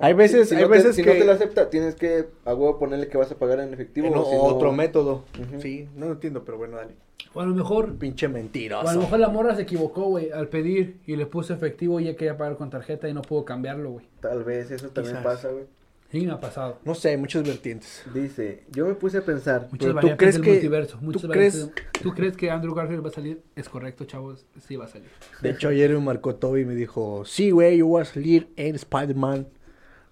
Speaker 1: Hay veces,
Speaker 3: si
Speaker 1: hay
Speaker 3: no te,
Speaker 1: veces
Speaker 3: si
Speaker 1: que...
Speaker 3: no te lo acepta, tienes que a huevo ponerle que vas a pagar en efectivo.
Speaker 1: Eh, no,
Speaker 3: o si no-
Speaker 1: otro método.
Speaker 3: Ujú.
Speaker 1: Sí, no lo entiendo, pero bueno, dale.
Speaker 2: O a lo mejor,
Speaker 1: Pinche
Speaker 2: o a lo
Speaker 1: mentiroso.
Speaker 2: mejor la morra se equivocó, güey, al pedir y le puso efectivo y ya quería pagar con tarjeta y no pudo cambiarlo, güey.
Speaker 3: Tal vez eso también
Speaker 1: Quizás.
Speaker 3: pasa, güey.
Speaker 2: Sí, me ha pasado.
Speaker 1: No sé, hay muchas vertientes.
Speaker 3: Dice, yo me puse a pensar.
Speaker 2: Muchas
Speaker 1: Pero ¿tú
Speaker 2: variantes
Speaker 1: crees
Speaker 2: del
Speaker 1: que-
Speaker 2: multiverso.
Speaker 1: tú
Speaker 2: Muchas
Speaker 1: crees-
Speaker 2: variantes del- ¿Tú crees que Andrew Garfield va a salir? Es correcto, chavos. Sí va a salir.
Speaker 1: De hecho, ayer me marcó Toby y me dijo, sí, güey, yo voy a salir en Spider-Man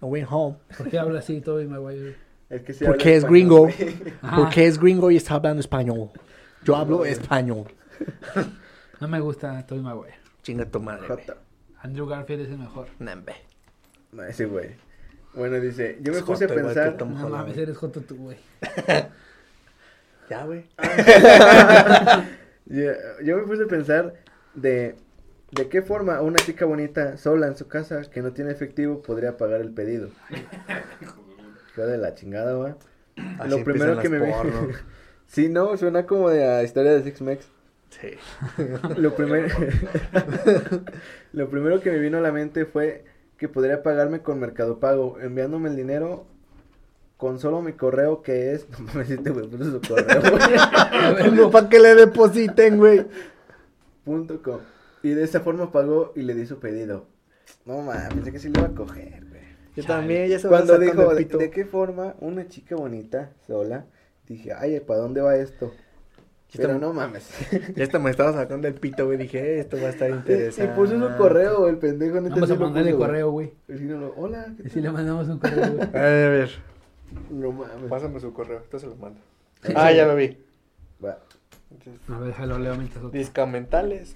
Speaker 1: No Way Home.
Speaker 2: ¿Por qué habla así Toby Maguire?
Speaker 3: Es que sí
Speaker 1: Porque
Speaker 3: habla
Speaker 1: es
Speaker 3: español,
Speaker 1: gringo.
Speaker 3: güey.
Speaker 1: <laughs>
Speaker 2: Ajá.
Speaker 1: Porque es gringo y está hablando español. Yo hablo español.
Speaker 2: No me gusta Toby Maguire.
Speaker 1: Chinga tu madre. güey.
Speaker 3: Jota.
Speaker 2: Andrew Garfield es el mejor.
Speaker 1: Nambe.
Speaker 3: No, ese güey. Bueno, dice, yo me
Speaker 1: Es
Speaker 3: puse a
Speaker 1: Jota, igual que
Speaker 3: pensar.
Speaker 1: Tom
Speaker 2: No
Speaker 1: Holland,
Speaker 2: mames,
Speaker 1: güey.
Speaker 2: eres joto tú, güey.
Speaker 1: Ya, güey.
Speaker 3: Yo, yo me puse a pensar de, de qué forma una chica bonita sola en su casa que no tiene efectivo podría pagar el pedido. Hijo de la chingada, va.
Speaker 1: Así
Speaker 3: Lo primero
Speaker 1: empiezan
Speaker 3: que me
Speaker 1: las
Speaker 3: vi.
Speaker 1: porno.
Speaker 3: <laughs> Sí, no, suena como de la historia de Six Mex. <laughs>
Speaker 1: Sí.
Speaker 3: Lo primero <laughs> Lo primero que me vino a la mente fue que podría pagarme con Mercado Pago, enviándome el dinero con solo mi correo que es, <laughs> no mames, este güey puso su correo. <laughs> güey.
Speaker 1: No, para que le depositen, güey.
Speaker 3: Punto com. Y de esa forma pagó y le di su pedido. No mames, pensé que sí le iba a coger, güey.
Speaker 1: Yo
Speaker 2: Chale.
Speaker 1: también, ya se me
Speaker 3: Cuando
Speaker 1: está sacando
Speaker 3: dijo,
Speaker 1: el
Speaker 3: ¿de,
Speaker 1: pito.
Speaker 3: de qué forma una chica bonita, sola? Dije, ay, ¿para dónde va esto? Pero
Speaker 1: tam-
Speaker 2: <laughs>
Speaker 3: no mames.
Speaker 1: <laughs> Ya hasta me estaba sacando el pito, güey. Dije, "Eh, esto va a estar
Speaker 3: <laughs> y
Speaker 1: interesante.
Speaker 3: puso su correo, el pendejo. neta,
Speaker 2: Vamos
Speaker 3: sí
Speaker 2: a
Speaker 3: lo
Speaker 2: mandarle
Speaker 3: puso, güey.
Speaker 2: correo, güey.
Speaker 3: Y si no lo- hola, ¿qué
Speaker 2: Y si
Speaker 3: tal?
Speaker 2: le mandamos un correo, güey.
Speaker 1: A ver, a ver.
Speaker 3: No mames.
Speaker 1: Pásame su correo, esto se lo mando.
Speaker 3: Sí.
Speaker 1: Ah, ya lo vi.
Speaker 3: Va.
Speaker 2: A ver, déjalo, leo mientras otro.
Speaker 1: Discamentales.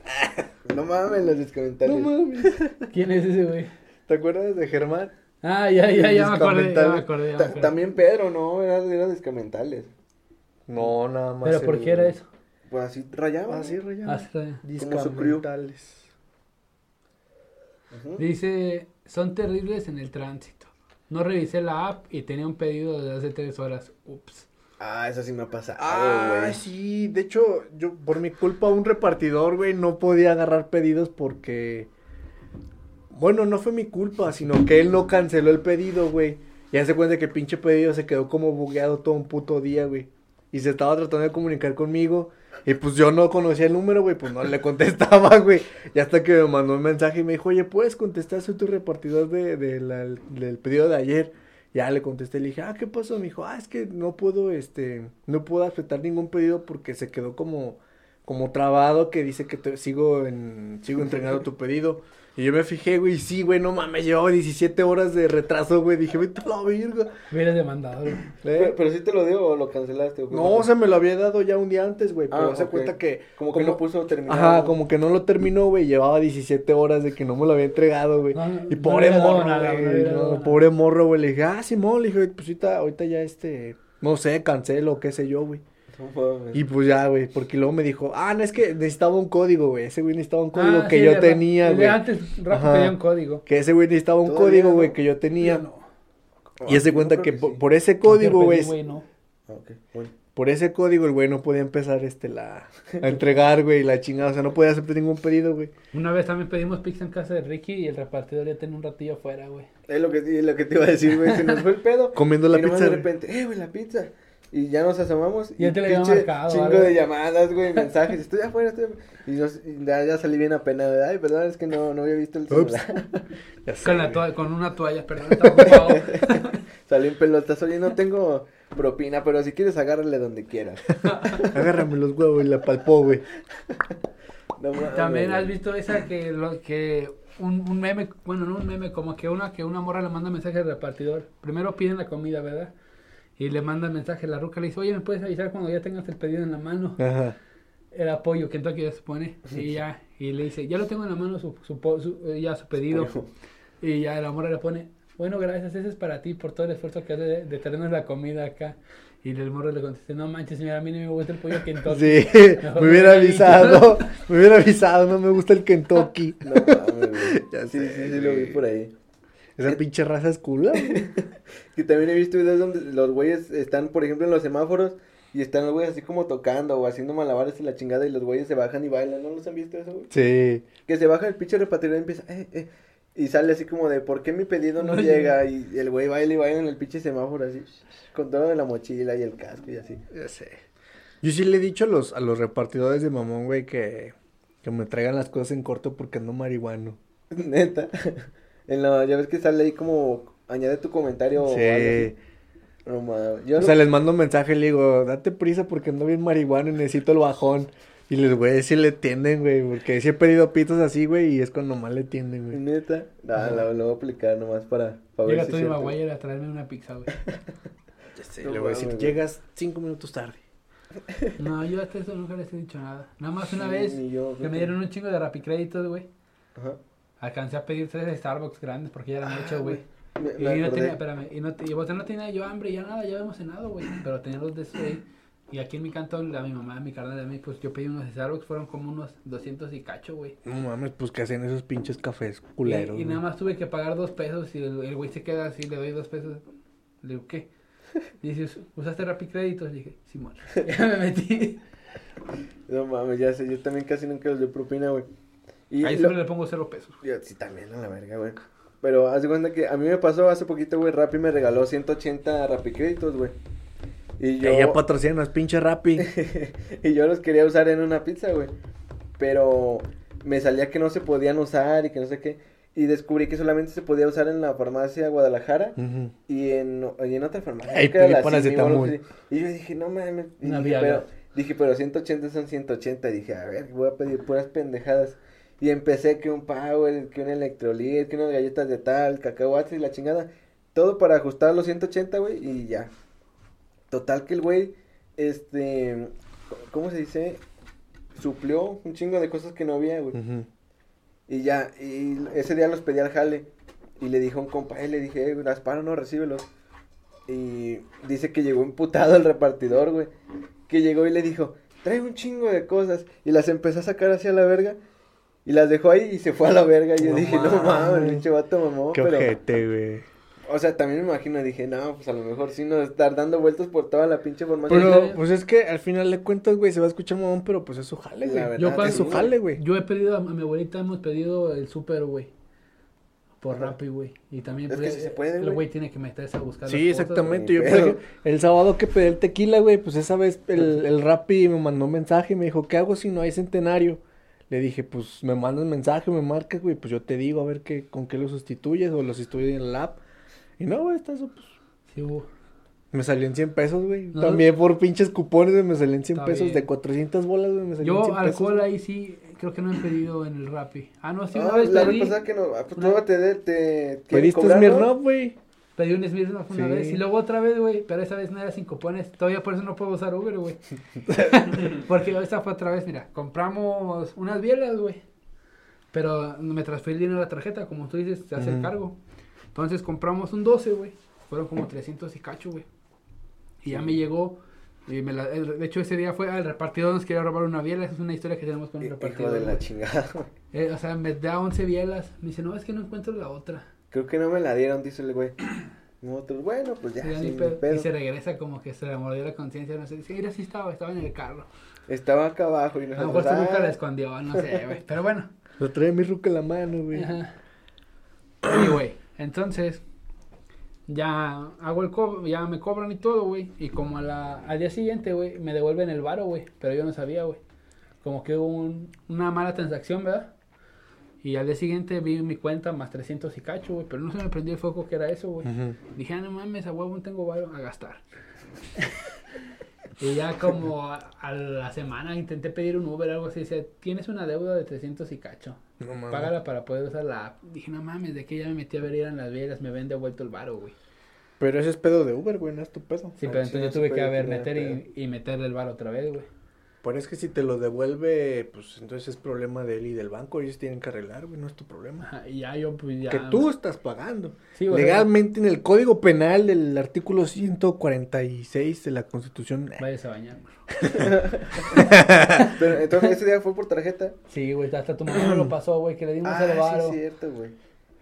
Speaker 3: No mames los descomentarios.
Speaker 1: mames.
Speaker 2: ¿Quién es ese, güey?
Speaker 1: ¿Te acuerdas de Germán?
Speaker 2: Ah, ya, ya, ya me acordé, ya me
Speaker 1: Discamentales.
Speaker 2: acordé, ya me
Speaker 3: Ta-
Speaker 2: acordé.
Speaker 3: También Pedro, ¿no? Era, era descamentales.
Speaker 1: No, nada más.
Speaker 2: ¿Pero por
Speaker 1: el-
Speaker 2: qué era eso? Ah,
Speaker 3: Pues así rayaba.
Speaker 1: Así rayado.
Speaker 3: Ah,
Speaker 2: Hasta-
Speaker 3: Como su crew.
Speaker 1: Discamentales.
Speaker 3: Ujú.
Speaker 2: Dice, son terribles en el tránsito. No revisé la app y tenía un pedido desde hace tres horas. Ups.
Speaker 3: Ah, eso sí me ha pasado,
Speaker 1: Ah,
Speaker 3: güey.
Speaker 1: sí, de hecho, yo por mi culpa un repartidor, güey, no podía agarrar pedidos porque bueno, no fue mi culpa, sino que él no canceló el pedido, güey. Ya se cuenta que el pinche pedido se quedó como bugueado todo un puto día, güey. Y se estaba tratando de comunicar conmigo. Y pues yo no conocía el número, güey, pues no le <laughs> contestaba, güey. Y hasta que me mandó un mensaje y me dijo, oye, ¿puedes contestar? Soy tu repartidor de, de la- del pedido de ayer. Ya le contesté, le dije, ah, ¿qué pasó? Me dijo, ah, es que no puedo, este, no puedo aceptar ningún pedido porque se quedó como, como trabado que dice que te- sigo en, sigo entregando tu pedido. Y yo me fijé, güey, y sí, güey, no mames, llevaba 17 horas de retraso, güey. Dije, vete a la verga.
Speaker 2: Hubieras demandado, güey.
Speaker 1: Eh,
Speaker 3: Pero, pero sí te lo dio o lo cancelaste. güey?
Speaker 1: no, o sea, me lo había dado ya un día antes, güey, pero
Speaker 3: Ah,
Speaker 1: se
Speaker 3: ok.
Speaker 1: cuenta que...
Speaker 3: Como que no puso terminado.
Speaker 1: Ajá, como que no lo terminó, güey, llevaba 17 horas de que no me lo había entregado, güey.
Speaker 2: No, no,
Speaker 1: y
Speaker 2: no
Speaker 1: pobre
Speaker 2: le daba
Speaker 1: morro,
Speaker 2: nada,
Speaker 1: güey,
Speaker 2: no le daba
Speaker 1: no,
Speaker 2: nada.
Speaker 1: pobre morro, güey, le dije, ah, Simón, le dije, pues ahorita, ahorita ya este, no sé, cancelo, qué sé yo, güey.
Speaker 3: No mames.
Speaker 1: Y pues ya, güey, porque luego me dijo, ah, no, es que necesitaba un código, güey, ese güey necesitaba un código
Speaker 2: Ah,
Speaker 1: que
Speaker 2: sí,
Speaker 1: yo
Speaker 2: de-
Speaker 1: tenía,
Speaker 2: de
Speaker 1: güey.
Speaker 2: Antes
Speaker 1: Ajá.
Speaker 2: rápido tenía un código.
Speaker 1: Que ese güey necesitaba un
Speaker 3: Todavía
Speaker 1: código,
Speaker 3: no.
Speaker 1: güey, que yo tenía.
Speaker 2: Ya no.
Speaker 1: Y hace
Speaker 3: Yo
Speaker 1: cuenta
Speaker 3: creo
Speaker 1: que, po-
Speaker 3: sí.
Speaker 1: por, ese código,
Speaker 2: Antier
Speaker 1: güey,
Speaker 2: pedí, güey, no.
Speaker 3: Ah, ok, bueno.
Speaker 1: por ese código el güey no podía empezar, este, la, a entregar, güey, la chingada, o sea, no podía hacer ningún pedido, güey.
Speaker 2: Una vez también pedimos pizza en casa de Ricky y el repartidor ya tenía un ratillo afuera, güey.
Speaker 3: Es lo que, es lo que te iba a decir, güey. Se nos fue el
Speaker 1: <laughs>
Speaker 3: pedo.
Speaker 1: Comiendo la
Speaker 3: y nomás
Speaker 1: pizza,
Speaker 3: de
Speaker 1: güey.
Speaker 3: repente, eh, güey, la pizza. Y ya nos asomamos.
Speaker 2: Ya
Speaker 3: y
Speaker 2: te la había
Speaker 3: pinche
Speaker 2: marcado,
Speaker 3: Chingo
Speaker 2: algo.
Speaker 3: de llamadas, güey, mensajes. Estoy afuera, estoy afuera. Y, nos- y ya, ya salí bien apenado. Ay, perdón, es que no, no había visto el
Speaker 1: Ups.
Speaker 3: celular. <laughs>
Speaker 1: Ya sé,
Speaker 2: Con, la
Speaker 1: güey.
Speaker 2: toalla- con una toalla, perdón, estaba ocupado.
Speaker 3: salí en pelotas. Oye, no tengo propina, pero si quieres, agárrale
Speaker 2: <laughs>
Speaker 3: donde quieras.
Speaker 1: Agárrame los huevos y la palpó, güey.
Speaker 3: No mames,
Speaker 2: También has
Speaker 3: güey.
Speaker 2: visto esa que, lo, que un, un meme, bueno, no un meme, como que una que una morra le manda mensaje al repartidor. Primero piden la comida, ¿verdad? Y le manda mensaje, la ruca le dice, oye, ¿me puedes avisar cuando ya tengas el pedido en la mano?
Speaker 1: Ajá.
Speaker 2: El apoyo, Kentucky ya se pone, y ya, y le dice, ya lo tengo en la mano, su, su po- su- eh, ya su pedido. Y ya la morra le pone, bueno, gracias, ese es para ti por todo el esfuerzo que haces de, de traernos la comida acá. Y el morro le contesta, no manches, señora, a mí no me gusta el pollo
Speaker 3: <laughs>
Speaker 2: Kentucky.
Speaker 1: Sí, me hubiera avisado, me hubiera avisado, no me gusta el Kentucky.
Speaker 3: No mames, güey.
Speaker 1: <laughs> Ya
Speaker 3: sí,
Speaker 1: sé,
Speaker 3: sí, sí, lo vi
Speaker 1: güey.
Speaker 3: por ahí.
Speaker 1: Esa pinche raza es culo.
Speaker 3: Y también he visto videos donde los güeyes están, por ejemplo, en los semáforos y están los güeyes así como tocando o haciendo malabares y la chingada y los güeyes se bajan y bailan. ¿No los han visto eso, güey?
Speaker 1: Sí.
Speaker 3: Que se baja el pinche repartidor y empieza, eh, eh, y sale así como de, ¿por qué mi pedido no,
Speaker 2: No
Speaker 3: llega? Y, el güey baila y baila en el pinche semáforo así, con todo de la mochila y el casco y así. <laughs>
Speaker 1: Ya sé. Yo sí le he dicho a los, a los repartidores de mamón, güey, que, que me traigan las cosas en corto porque ando marihuano.
Speaker 3: Neta. En la, ya ves que sale ahí como, añade tu comentario o algo
Speaker 1: sí.
Speaker 3: así. No mames. Yo
Speaker 1: O
Speaker 3: no-
Speaker 1: sea, les mando un mensaje y le digo, date prisa porque ando bien marihuano y necesito el bajón. Y les voy a decir, le tienden, güey, porque sí he pedido pitos así, güey, y es cuando más le tienden, güey.
Speaker 3: Neta. No, la, la voy a aplicar nomás para, para ver
Speaker 2: Llega
Speaker 3: si
Speaker 2: Tony
Speaker 3: es cierto.
Speaker 2: Maguire a traerme una pizza, güey.
Speaker 1: le
Speaker 3: no
Speaker 1: voy a decir,
Speaker 3: mames, güey.
Speaker 1: llegas cinco minutos tarde.
Speaker 2: No, yo hasta eso nunca les he dicho nada. Nada más una
Speaker 3: Sí,
Speaker 2: vez
Speaker 3: ni yo,
Speaker 2: que
Speaker 3: fíjate.
Speaker 2: me dieron un chingo de rapicréditos, güey.
Speaker 3: Ajá.
Speaker 2: Alcancé a pedir tres de Starbucks grandes porque ya eran
Speaker 3: Ah,
Speaker 2: hechos, güey.
Speaker 3: Me-
Speaker 2: Y
Speaker 3: me
Speaker 2: no
Speaker 3: acordé.
Speaker 2: tenía, espérame, y, no, te- y vos no tenía yo hambre, ya nada, ya habíamos cenado, güey. Pero tenía los de esos ahí. Y aquí en mi cantón, la mi mamá, mi carnal, a mí, pues yo pedí unos de Starbucks, fueron como unos 200 y cacho, güey.
Speaker 1: No mames, pues que hacen esos pinches cafés
Speaker 2: Y,
Speaker 1: culeros.
Speaker 2: y nada
Speaker 1: güey.
Speaker 2: más tuve que pagar dos pesos y el el güey se queda así, le doy dos pesos. Le digo,
Speaker 3: <laughs>
Speaker 2: ¿qué? Dice, "Us- ¿usaste rapicréditos? Le dije, Simón. <laughs> Ya me metí.
Speaker 3: No mames, ya sé, yo también casi nunca los doy propina, güey. Y
Speaker 2: Ahí
Speaker 3: lo-
Speaker 2: solo le pongo cero pesos.
Speaker 3: yo- sí, también a la verga, güey. Pero haz de cuenta que a mí me pasó hace poquito, güey, Rappi me regaló 180 Rappi créditos, güey. Y yo,
Speaker 1: Que ya patrocinas, pinche
Speaker 3: <laughs>
Speaker 1: Rappi.
Speaker 3: y yo los quería usar en una pizza, güey. Pero me salía que no se podían usar y que no sé qué. Y descubrí que solamente se podía usar en la farmacia Guadalajara
Speaker 1: Ujú.
Speaker 3: y en, y en otra farmacia.
Speaker 1: Ay,
Speaker 3: creo que era
Speaker 1: pedí
Speaker 3: la Simi o algo
Speaker 1: paracetamol.
Speaker 3: así. Y yo dije, no mames. Y
Speaker 2: No
Speaker 3: dije,
Speaker 2: había,
Speaker 3: pero,
Speaker 2: no.
Speaker 3: dije, pero 180 son 180. Dije, a ver, voy a pedir puras pendejadas. Y empecé que un Power, que un Electrolit, que unas galletas de tal, cacahuates y la chingada. Todo para ajustar los 180, güey, y ya. Total que el güey, este, ¿cómo se dice? Suplió un chingo de cosas que no había, güey.
Speaker 1: Ujú.
Speaker 3: Y ya, y ese día los pedí al jale. Y le dijo a un compa, eh, le dije, eh, güey, las paro, no, recíbelos. Y dice que llegó imputado el repartidor, güey. Que llegó y le dijo, trae un chingo de cosas. Y las empezó a sacar hacia la verga. Y las dejó ahí y se fue a la verga. Y yo
Speaker 1: No
Speaker 3: dije, no mames, el
Speaker 1: mames.
Speaker 3: pinche vato mamó.
Speaker 1: Qué
Speaker 3: pero,
Speaker 1: ojete, güey.
Speaker 3: o sea, también me imagino, dije, no, pues a lo mejor sí no estar dando vueltas por toda la pinche formación.
Speaker 1: Pero, pues es que al final le cuentas, güey, se va a escuchar mamón, pero pues es su jale,
Speaker 3: La
Speaker 1: güey.
Speaker 3: verdad,
Speaker 2: Yo cuando-
Speaker 1: Es su jale, güey.
Speaker 2: Yo he pedido a, a mi abuelita, hemos pedido el súper, güey. Por
Speaker 3: Ajá.
Speaker 2: Rappi, güey. Y también
Speaker 3: Es que
Speaker 2: pues,
Speaker 3: sí se puede,
Speaker 2: el
Speaker 3: güey.
Speaker 2: güey tiene que meterse a buscar
Speaker 1: Sí,
Speaker 2: las cosas,
Speaker 1: exactamente. Yo,
Speaker 3: güey. Ni
Speaker 1: por
Speaker 3: pedo.
Speaker 1: ejemplo, el sábado que pedí el tequila, güey, pues esa vez el, el Rappi me mandó un mensaje y me dijo, ¿qué hago si no hay centenario? Le dije, pues me mandas mensaje, me marcas, güey, pues yo te digo a ver qué, con qué lo sustituyes o lo sustituyes en la app. Y no, güey, está eso, pues,
Speaker 2: güey. Sí, hubo.
Speaker 1: me salió en 100 pesos, güey.
Speaker 2: No,
Speaker 1: También por pinches cupones, güey, me salió en 100
Speaker 2: Está
Speaker 1: pesos.
Speaker 2: bien.
Speaker 1: De 400 bolas, güey, me salió en
Speaker 2: Yo
Speaker 1: 100 pesos.
Speaker 2: alcohol ahí sí, creo que no he pedido en el Rappi. Ah, no, sí,
Speaker 3: Ah,
Speaker 2: una vez
Speaker 3: la vez
Speaker 2: pedí,
Speaker 3: pasada que no, ah, pues
Speaker 2: una-
Speaker 3: tú te, te
Speaker 1: Pediste
Speaker 3: cobrar, ¿no?
Speaker 1: Smirnoff, güey.
Speaker 2: pedí un Smirnoff una
Speaker 1: Sí.
Speaker 2: vez y luego otra vez, güey, pero esa vez no era sin cupones. Todavía por eso no puedo usar Uber,
Speaker 3: <laughs>
Speaker 2: güey. Porque esa fue otra vez, mira, compramos unas bielas, güey. Pero me transferí el dinero a la tarjeta, como tú dices, se hace el
Speaker 1: Ujú.
Speaker 2: cargo. Entonces compramos un 12, güey. Fueron como 300 y cacho, güey. Y ya me llegó. Y me la- el- de hecho, ese día fue al repartidor nos quería robar una biela. Esa es una historia que tenemos con el
Speaker 3: Hijo
Speaker 2: repartidor.
Speaker 3: de la
Speaker 2: güey.
Speaker 3: chingada, güey.
Speaker 2: Eh, o sea, me da 11 bielas. Me dice, no, es que no encuentro la otra.
Speaker 3: Creo que no me la dieron, dice el güey. Nosotros, bueno, pues ya,
Speaker 2: Y ya
Speaker 3: sí,
Speaker 2: ni
Speaker 3: ni
Speaker 2: pedo. Y
Speaker 3: pedo.
Speaker 2: se regresa como que se le mordió la conciencia. No sé, dice, mira, sí estaba, estaba en el carro.
Speaker 3: Estaba acá abajo y
Speaker 2: A lo
Speaker 3: nosotros,
Speaker 2: mejor tú nunca la
Speaker 3: ah,
Speaker 2: escondió, no sé,
Speaker 3: <laughs>
Speaker 2: güey. Pero bueno.
Speaker 1: Lo trae mi ruca en la mano, güey.
Speaker 2: Ajá. Anyway, entonces ya hago el cobro, ya me cobran y todo, güey. Y como a la, al día siguiente, güey, me devuelven el varo, güey. Pero yo no sabía, güey. Como que hubo un- una mala transacción, ¿verdad? Y al día siguiente vi mi cuenta más 300 y cacho, güey. Pero no se me prendió el foco que era eso, güey.
Speaker 1: Ujú.
Speaker 2: Dije, ah, no mames, a huevo no tengo varo a gastar. <laughs> y ya como a, a la semana intenté pedir un Uber, algo así. Dice, tienes una deuda de 300 y cacho.
Speaker 1: No mames.
Speaker 2: Págala para poder usar la app. Dije, no mames, de que ya me metí a ver, eran las velas, me habían devuelto el varo, güey.
Speaker 1: Pero ese es pedo de Uber, güey, no es tu pedo.
Speaker 2: Sí,
Speaker 3: Ah,
Speaker 2: pero
Speaker 3: sí,
Speaker 2: entonces yo
Speaker 3: eso
Speaker 2: tuve que
Speaker 3: puede
Speaker 2: haber
Speaker 3: tener
Speaker 2: meter y, y meterle el varo otra vez, güey.
Speaker 1: Pero es que si te lo devuelve, pues entonces es problema de él y del banco. Ellos tienen que arreglar, güey, no es tu problema.
Speaker 2: Ajá, Y ya yo, pues ya.
Speaker 1: que tú estás pagando.
Speaker 2: Sí, o sea,
Speaker 1: Legalmente en el Código Penal del artículo 146 de la Constitución. <laughs> eh,
Speaker 2: Vayas a bañar, güey.
Speaker 3: <laughs> pero
Speaker 2: <laughs>
Speaker 3: entonces ese día fue por tarjeta.
Speaker 2: Sí, güey, hasta tu mamá me lo pasó, güey, que le dimos
Speaker 3: Ah,
Speaker 2: el varo.
Speaker 3: sí, es cierto, güey.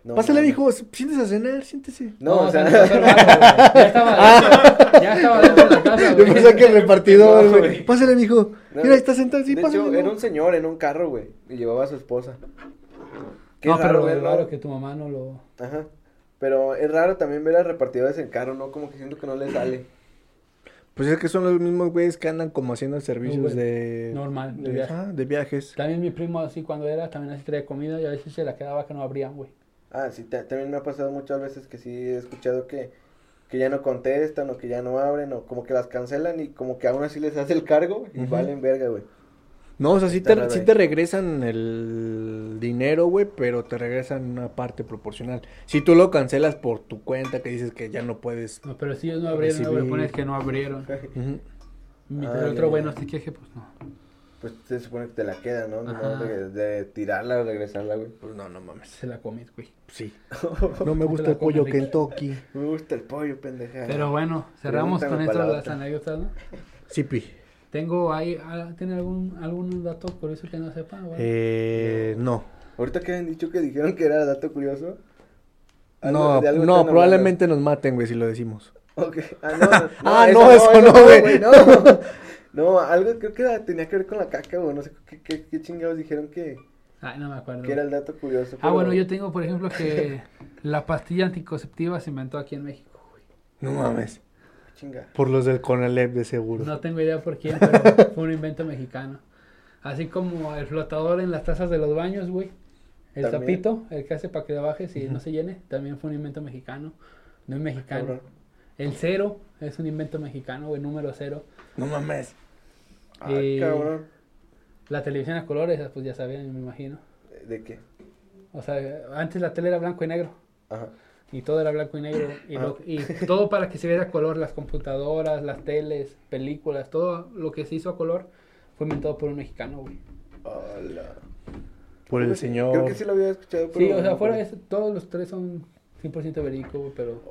Speaker 3: No,
Speaker 1: Pásale,
Speaker 3: mames.
Speaker 1: hijo, siéntese a cenar, siéntese.
Speaker 3: No, o sea,
Speaker 2: se nos pasó el
Speaker 3: <laughs>
Speaker 2: vato, güey. ya estaba ya estaba dentro de la casa,
Speaker 1: Yo
Speaker 2: güey.
Speaker 1: pensé que el repartidor,
Speaker 3: No,
Speaker 1: güey.
Speaker 3: güey.
Speaker 1: Pásale, mijo.
Speaker 3: No.
Speaker 1: Mira, está sentado. Sí,
Speaker 3: de
Speaker 1: pásale.
Speaker 3: hecho,
Speaker 1: mijo.
Speaker 3: era un señor en un carro, güey, y llevaba a su esposa. Qué
Speaker 2: No,
Speaker 3: raro ¿eh?
Speaker 2: pero es
Speaker 3: verlo.
Speaker 2: raro que tu mamá no lo
Speaker 3: Ajá. Pero es raro también ver a repartidores en carro, ¿no? Como que siento que no les sale.
Speaker 1: Pues es que son los mismos güeyes que andan como haciendo servicios
Speaker 2: güey.
Speaker 1: de...
Speaker 2: normal. de
Speaker 1: de,
Speaker 2: viaje.
Speaker 1: ajá, de viajes.
Speaker 2: También mi primo así cuando era, también así traía comida y a veces se la quedaba que no abrían, güey.
Speaker 3: Ah, sí, ta- también me ha pasado muchas veces que sí he escuchado que, que ya no contestan o que ya no abren o como que las cancelan y como que aún así les hace el cargo y
Speaker 1: Ujú.
Speaker 3: valen verga, güey.
Speaker 1: No, o sea, sí
Speaker 3: Está
Speaker 1: te,
Speaker 3: raro
Speaker 1: sí
Speaker 3: ahí.
Speaker 1: te regresan el dinero, güey, pero te regresan una parte proporcional. Si tú lo cancelas por tu cuenta, que dices que ya no puedes...
Speaker 2: No, pero si ellos no abrieron, no, güey,
Speaker 1: Recibí.
Speaker 2: pones que no abrieron.
Speaker 1: Ujú.
Speaker 2: Mi-
Speaker 3: Ah,
Speaker 2: el
Speaker 3: ya,
Speaker 2: otro güey
Speaker 3: ya.
Speaker 2: no se queje, pues no.
Speaker 3: Pues se supone que te la quedan, ¿no?
Speaker 2: Ajá.
Speaker 3: Nomás de, de tirarla, regresarla, güey.
Speaker 1: Pues no, no mames.
Speaker 2: Se la comes, güey.
Speaker 1: Sí. No me gusta
Speaker 2: la
Speaker 1: el pollo
Speaker 2: comes, Ricky.
Speaker 1: Kentucky.
Speaker 3: Me gusta el pollo, pendeja.
Speaker 2: Pero bueno, cerramos con
Speaker 3: Pregúntame
Speaker 2: esto
Speaker 3: para la
Speaker 2: las
Speaker 3: otra.
Speaker 2: anécdotas, ¿no?
Speaker 1: Sí, pi.
Speaker 2: Tengo ahí, ah, ¿tiene algún, algún dato por eso que no sepa? güey?
Speaker 1: Eh, no.
Speaker 3: Ahorita que han dicho que dijeron que era dato curioso. Algo-
Speaker 1: No,
Speaker 3: de algo
Speaker 1: no,
Speaker 3: están
Speaker 1: probablemente nos maten, güey, si lo decimos.
Speaker 3: hablando. Ok. Ah, no, no,
Speaker 1: <laughs> Ah, no, eso no, güey.
Speaker 3: No,
Speaker 1: <laughs>
Speaker 3: No, algo creo que era- tenía que ver con la caca, güey. No sé qué, qué, qué chingados dijeron que,
Speaker 2: Ay, no me acuerdo.
Speaker 3: que era el dato curioso.
Speaker 2: Ah,
Speaker 3: pero-
Speaker 2: bueno, yo tengo, por ejemplo, que la pastilla anticonceptiva se inventó aquí en México. güey.
Speaker 1: No mames.
Speaker 3: Chinga.
Speaker 1: Por los del Conalep, de seguro.
Speaker 2: No tengo idea por quién, pero fue un invento mexicano. Así como el flotador en las tazas de los baños, güey. El
Speaker 3: También.
Speaker 2: tapito, el que hace para que le bajes y no se llene, también fue un invento mexicano. No es mexicano.
Speaker 3: Cabrón.
Speaker 2: El cero es un invento mexicano, güey, número cero.
Speaker 1: No mames.
Speaker 3: Ah,
Speaker 2: Eh,
Speaker 3: cabrón.
Speaker 2: La televisión a colores, pues ya sabían, me imagino.
Speaker 3: ¿De qué?
Speaker 2: O sea, antes la tele era blanco y negro.
Speaker 3: Ajá.
Speaker 2: Y todo era blanco y negro. Y, lo- y todo para que se viera a color. Las computadoras, las teles, películas, todo lo que se hizo a color fue inventado por un mexicano, güey.
Speaker 3: Hola.
Speaker 1: Por
Speaker 3: Creo
Speaker 1: el
Speaker 3: que sí- Creo
Speaker 1: señor.
Speaker 3: que sí lo había escuchado.
Speaker 2: Sí,
Speaker 3: pero
Speaker 2: o sea,
Speaker 3: no
Speaker 2: fuera
Speaker 3: me
Speaker 2: de
Speaker 3: acuerdo.
Speaker 2: eso, todos los tres son 100% verídicos, güey, pero...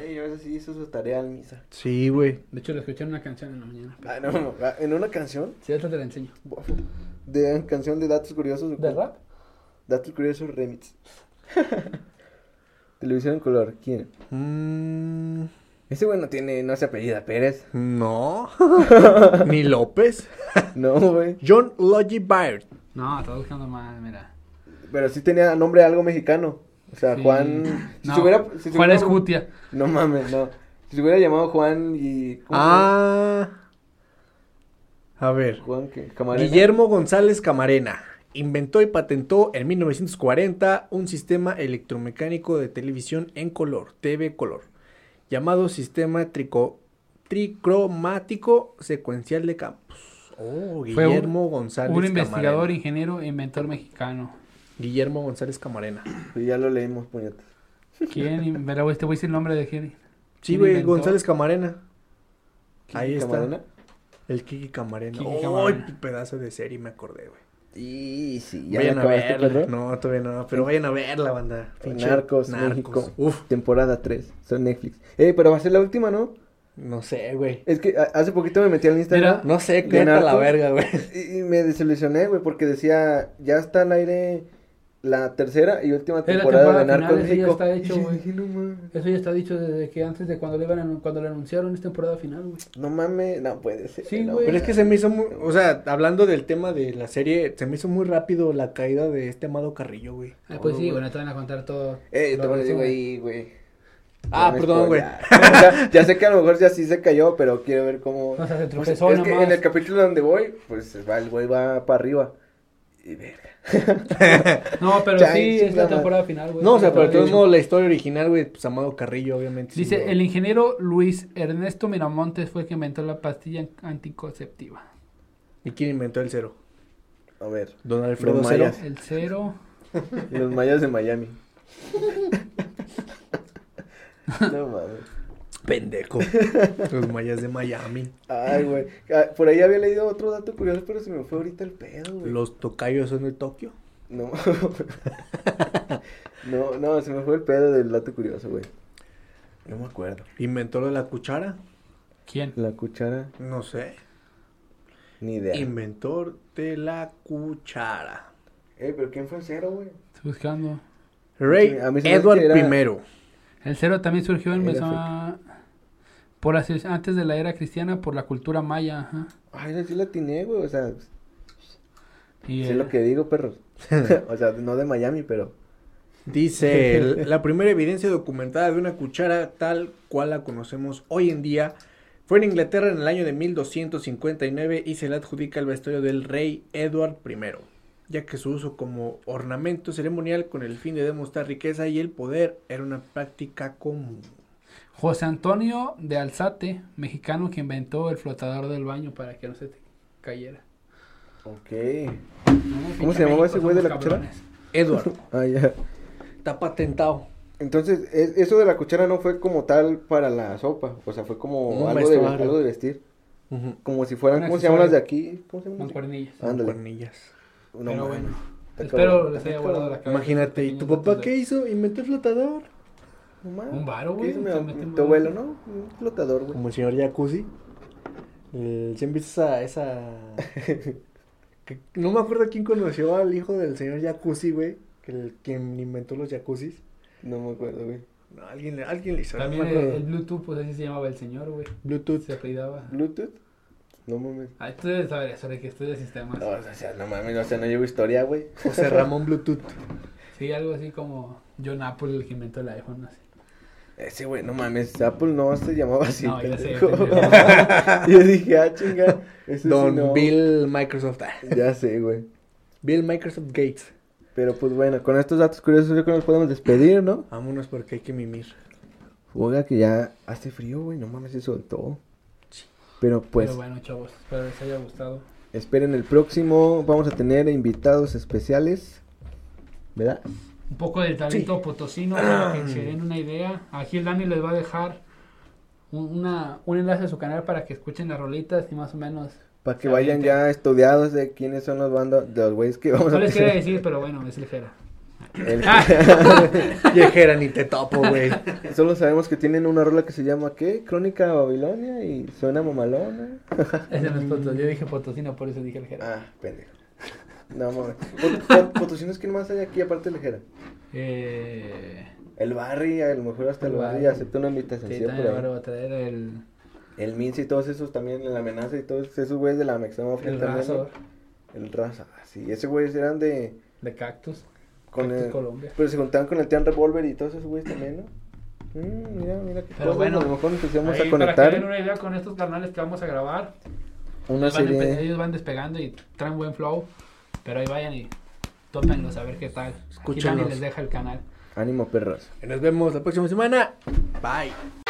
Speaker 3: Ay, a veces sí hizo su tarea al misa.
Speaker 1: Sí, güey.
Speaker 2: De hecho, lo escuché en una canción en la mañana.
Speaker 3: Ah, no, no, ah, en una canción.
Speaker 2: Si eso te la enseño.
Speaker 3: Bof. De una canción de datos curiosos.
Speaker 2: ¿De rap?
Speaker 3: Datos curiosos remix. <laughs> Televisión en color. ¿Quién?
Speaker 1: Mm,
Speaker 3: Ese güey no tiene, no se apellida Pérez. <laughs>
Speaker 1: <laughs> no. Ni López.
Speaker 3: No, güey.
Speaker 1: John Logie Baird.
Speaker 2: No, estaba buscando más, mira.
Speaker 3: Pero sí tenía nombre algo mexicano. O sea,
Speaker 2: Sí.
Speaker 3: Juan. Si
Speaker 2: No,
Speaker 3: se hubiera, si se
Speaker 2: Juan
Speaker 3: hubiera-
Speaker 2: Escutia.
Speaker 3: No mames, no. Si se hubiera llamado Juan y. ¿cómo
Speaker 1: Ah. A
Speaker 3: se
Speaker 1: ver.
Speaker 3: llama? Juan, ¿qué? Camarena.
Speaker 1: Guillermo González Camarena. Inventó y patentó en 1940 un sistema electromecánico de televisión en color, TV color, llamado sistema trico- tricromático secuencial de campos. Oh,
Speaker 2: Fue un-
Speaker 1: Guillermo González
Speaker 2: Un investigador,
Speaker 1: Camarena.
Speaker 2: ingeniero e inventor mexicano.
Speaker 1: Guillermo González Camarena.
Speaker 3: Pues ya lo leímos, puñetas.
Speaker 2: ¿Quién? in- Verá, güey, este güey es el nombre de quién.
Speaker 1: Sí,
Speaker 2: ¿Quién
Speaker 1: güey,
Speaker 2: inventó?
Speaker 1: González Camarena.
Speaker 3: ¿Quién?
Speaker 1: Ahí está.
Speaker 3: ¿Camarena?
Speaker 1: El Kiki Camarena.
Speaker 2: Kiki
Speaker 1: Ay,
Speaker 2: Camarena.
Speaker 1: tu pedazo de serie, me acordé, güey.
Speaker 3: Sí, sí, ya
Speaker 1: Vayan
Speaker 3: la
Speaker 1: a
Speaker 3: acabaste,
Speaker 1: verla.
Speaker 3: perro.
Speaker 1: No, todavía no, pero vayan a verla, banda. Pinche
Speaker 3: Narcos, México.
Speaker 1: Uf,
Speaker 3: Temporada 3. Son Netflix. Eh, pero va a ser la última, ¿no?
Speaker 1: no sé, güey.
Speaker 3: Es que a- hace poquito me metí al Instagram.
Speaker 1: No sé,
Speaker 3: ¿De
Speaker 1: qué la
Speaker 3: Narcos?
Speaker 1: verga, güey.
Speaker 3: Y, y me desilusioné, güey, porque decía, ya está al aire la tercera y última
Speaker 2: Es la
Speaker 3: temporada,
Speaker 2: temporada
Speaker 3: de Narcos
Speaker 2: final, eso ya
Speaker 3: México.
Speaker 2: está hecho,
Speaker 3: Y yo
Speaker 2: güey.
Speaker 3: dije, no mames.
Speaker 2: Eso ya está dicho desde que antes de cuando le, iban a- cuando le anunciaron esta temporada final, güey.
Speaker 3: No mames, no puede ser.
Speaker 2: Sí,
Speaker 3: no,
Speaker 2: güey.
Speaker 1: Pero es que se me hizo muy, o sea, hablando del tema de la serie, se me hizo muy rápido la caída de este Amado Carrillo, güey.
Speaker 2: Ah, pues
Speaker 3: Oh,
Speaker 2: sí,
Speaker 3: güey.
Speaker 2: bueno, te van a contar todo.
Speaker 3: Eh, yo
Speaker 2: lo
Speaker 3: te voy a decir,
Speaker 2: resumen.
Speaker 3: güey, güey.
Speaker 1: Ah,
Speaker 3: Ya <laughs> me
Speaker 1: perdón, güey.
Speaker 3: spoileaste. O sea, ya sé que a lo mejor ya sí se cayó, pero quiero ver cómo.
Speaker 2: O sea, se
Speaker 3: Pues,
Speaker 2: tropezó
Speaker 3: es que
Speaker 2: nomás.
Speaker 3: en el capítulo donde voy, pues va, el güey va para arriba. Y verga.
Speaker 2: No, pero
Speaker 3: Ya,
Speaker 2: sí,
Speaker 3: sí,
Speaker 2: es la
Speaker 3: nada más.
Speaker 2: temporada final,
Speaker 3: Pues
Speaker 2: güey.
Speaker 1: No, o sea, pero de
Speaker 2: Está
Speaker 1: todos
Speaker 2: hecho.
Speaker 1: modos, la historia original, güey, pues Amado Carrillo, obviamente. sí,
Speaker 2: Dice,
Speaker 1: güey.
Speaker 2: el ingeniero Luis Ernesto Miramontes fue el que inventó la pastilla anticonceptiva.
Speaker 1: ¿Y quién inventó el cero?
Speaker 3: A ver,
Speaker 1: Don Alfredo
Speaker 3: Don
Speaker 1: Cero.
Speaker 3: Mayas.
Speaker 2: El cero.
Speaker 3: los mayas de Miami. <laughs> no mames. <laughs>
Speaker 1: Pendejo. Los mayas de Miami.
Speaker 3: Ay, güey. Ah, Por ahí había leído otro dato curioso, pero se me fue ahorita el pedo, güey.
Speaker 1: Los tocayos son de Tokio.
Speaker 3: No. <laughs> no, no, se me fue el pedo del dato curioso, güey. No me acuerdo.
Speaker 1: ¿Inventó lo de la cuchara?
Speaker 2: ¿Quién?
Speaker 3: La cuchara,
Speaker 1: No sé.
Speaker 3: ni idea.
Speaker 1: Inventor de la cuchara.
Speaker 3: Eh, pero ¿quién fue el cero, güey?
Speaker 2: Estoy buscando.
Speaker 1: Rey
Speaker 3: A mí se me hace
Speaker 1: Edward
Speaker 3: que era-
Speaker 1: I.
Speaker 2: El cero también surgió en
Speaker 3: Era
Speaker 2: Mesoamérica. Por las- antes de la era cristiana, por la cultura maya. ajá.
Speaker 3: Ay, no, sí la atiné, güey, o sea,
Speaker 2: Y,
Speaker 3: sí
Speaker 2: eh,
Speaker 3: es lo que digo, perros. <laughs> o sea, no de Miami, pero...
Speaker 1: Dice, "El- la primera evidencia documentada de una cuchara tal cual la conocemos hoy en día fue en Inglaterra en el año de 1259 y se le adjudica el vestuario del rey Edward I, ya que su uso como ornamento ceremonial con el fin de demostrar riqueza y el poder era una práctica común.
Speaker 2: José Antonio de Alzate, mexicano que inventó el flotador del baño para que no se te cayera.
Speaker 3: Ok.
Speaker 2: pinche
Speaker 3: se llamaba
Speaker 2: México,
Speaker 3: ese güey de
Speaker 2: somos
Speaker 3: la cuchara?
Speaker 2: cabrones.
Speaker 1: Edward,
Speaker 3: Ah, ya.
Speaker 1: está patentado.
Speaker 3: Entonces, es- eso de la cuchara no fue como tal para la sopa, o sea, fue como
Speaker 1: Un
Speaker 3: algo, de,
Speaker 1: vestuario.
Speaker 3: algo de vestir.
Speaker 1: Ujú.
Speaker 3: Como si fueran,
Speaker 2: Un
Speaker 3: ¿cómo se llaman las de
Speaker 2: accesorio.
Speaker 3: aquí? ¿Cómo se llaman?
Speaker 2: Mancuernillas.
Speaker 3: Ándale.
Speaker 1: Cuernillas.
Speaker 3: No
Speaker 2: Pero
Speaker 3: mames.
Speaker 2: bueno.
Speaker 3: Está
Speaker 2: Espero
Speaker 3: cabrón.
Speaker 2: les haya
Speaker 3: Está
Speaker 2: guardado la
Speaker 3: cabrón.
Speaker 2: cabeza.
Speaker 1: Imagínate, ¿y tu papá qué hizo? Inventó el flotador.
Speaker 3: No mames.
Speaker 2: Un varo,
Speaker 3: ¿Qué
Speaker 2: güey,
Speaker 3: hizo
Speaker 2: se
Speaker 3: mi-
Speaker 2: mete un
Speaker 3: Tu
Speaker 2: varo.
Speaker 3: abuelo, ¿no? Un flotador, güey.
Speaker 1: Como el señor Jacuzzi. El- Siempre hizo esa. esa...
Speaker 3: <laughs>
Speaker 1: que- no me acuerdo quién conoció al hijo del señor Jacuzzi, güey. Que el, quien inventó los jacuzzis.
Speaker 3: No me acuerdo, güey.
Speaker 1: No, alguien, le- alguien le hizo. no
Speaker 2: También
Speaker 1: me
Speaker 2: el,
Speaker 1: acuerdo.
Speaker 2: el Bluetooth, pues así se llamaba el señor, güey.
Speaker 1: Bluetooth.
Speaker 2: Se apellidaba.
Speaker 3: ¿Bluetooth? No mames.
Speaker 2: Ah, tú debes saber eso, de que estudia sistemas.
Speaker 3: No, o sea, no mames, o sea, no llevo historia, güey.
Speaker 1: José Ramón Bluetooth.
Speaker 2: Sí, algo así como John Apple, el que inventó el iPhone, así.
Speaker 3: Ese güey, no mames, Apple no se llamaba así.
Speaker 2: No, ya sé,
Speaker 3: pendejo. <laughs>
Speaker 2: pendejo.
Speaker 3: Yo dije, ah, chinga. <laughs> ese sí
Speaker 1: Don
Speaker 3: no.
Speaker 1: Bill Microsoft. <laughs> ah,
Speaker 3: Ya sé, güey.
Speaker 1: Bill Microsoft Gates.
Speaker 3: Pero pues bueno, con estos datos curiosos yo creo que nos podemos despedir, ¿no?
Speaker 1: Vámonos porque hay que mimir. <laughs>
Speaker 3: Oiga, que ya hace frío, güey, no mames, se soltó. Pero pues,
Speaker 2: Pero bueno, chavos, espero les haya gustado.
Speaker 3: esperen el próximo, vamos a tener invitados especiales, ¿verdad?
Speaker 2: Un poco del talento
Speaker 3: <clears throat>
Speaker 2: potosino para que se den una idea. Aquí el Dani les va a dejar un, una, un enlace a su canal para que escuchen las rolitas y más o menos.
Speaker 3: Para que
Speaker 2: Se
Speaker 3: vayan
Speaker 2: avienten.
Speaker 3: ya estudiados de quiénes son los bandos, de los güeyes que vamos
Speaker 2: No
Speaker 3: a
Speaker 2: les quiero decir, pero bueno, es
Speaker 3: <laughs>
Speaker 2: ligera.
Speaker 3: El-
Speaker 2: Ah,
Speaker 1: Viejera, ni te topo,
Speaker 3: <laughs>
Speaker 1: güey.
Speaker 3: Solo sabemos que tienen una rola que se llama, ¿qué? Crónica de Babilonia y suena mamalona.
Speaker 2: Ese no es potosino. Yo dije potosino, por eso dije ligera.
Speaker 3: Ah, pendejo. No mames. Pot- pot- Potosinos, ¿quién más hay aquí aparte de Lejera?
Speaker 2: Eh,
Speaker 3: El Barry, a lo mejor hasta el,
Speaker 2: El
Speaker 3: Barry
Speaker 2: Barry.
Speaker 3: acepta una
Speaker 2: sí,
Speaker 3: invitación. por
Speaker 2: también
Speaker 3: ahí.
Speaker 2: ahora voy a traer el,
Speaker 3: El Mince y todos esos también, la amenaza y todos esos güeyes de la Mexamofia
Speaker 2: el
Speaker 3: también.
Speaker 2: raso
Speaker 3: El raza, sí. Esos güeyes eran de.
Speaker 2: de cactus.
Speaker 3: Con
Speaker 2: Cactus
Speaker 3: el-
Speaker 2: Colombia.
Speaker 3: Pero se juntaban con el Tian Revolver y todos esos güeyes también, ¿no? Mm, mira, mira qué
Speaker 2: Pero
Speaker 3: cosas,
Speaker 2: bueno,
Speaker 3: a lo mejor nos empezamos a
Speaker 2: Ahí, Para que den
Speaker 3: conectar
Speaker 2: una idea con estos canales que vamos a grabar.
Speaker 3: una
Speaker 2: Ellos van, empe-
Speaker 3: serie.
Speaker 2: ellos van despegando y traen buen flow, pero ahí vayan y tópenlos a ver qué tal. Aquí Dani
Speaker 1: Escúchenlos.
Speaker 2: les deja el canal.
Speaker 3: Ánimo, perros.
Speaker 1: Nos vemos la próxima semana. Bye.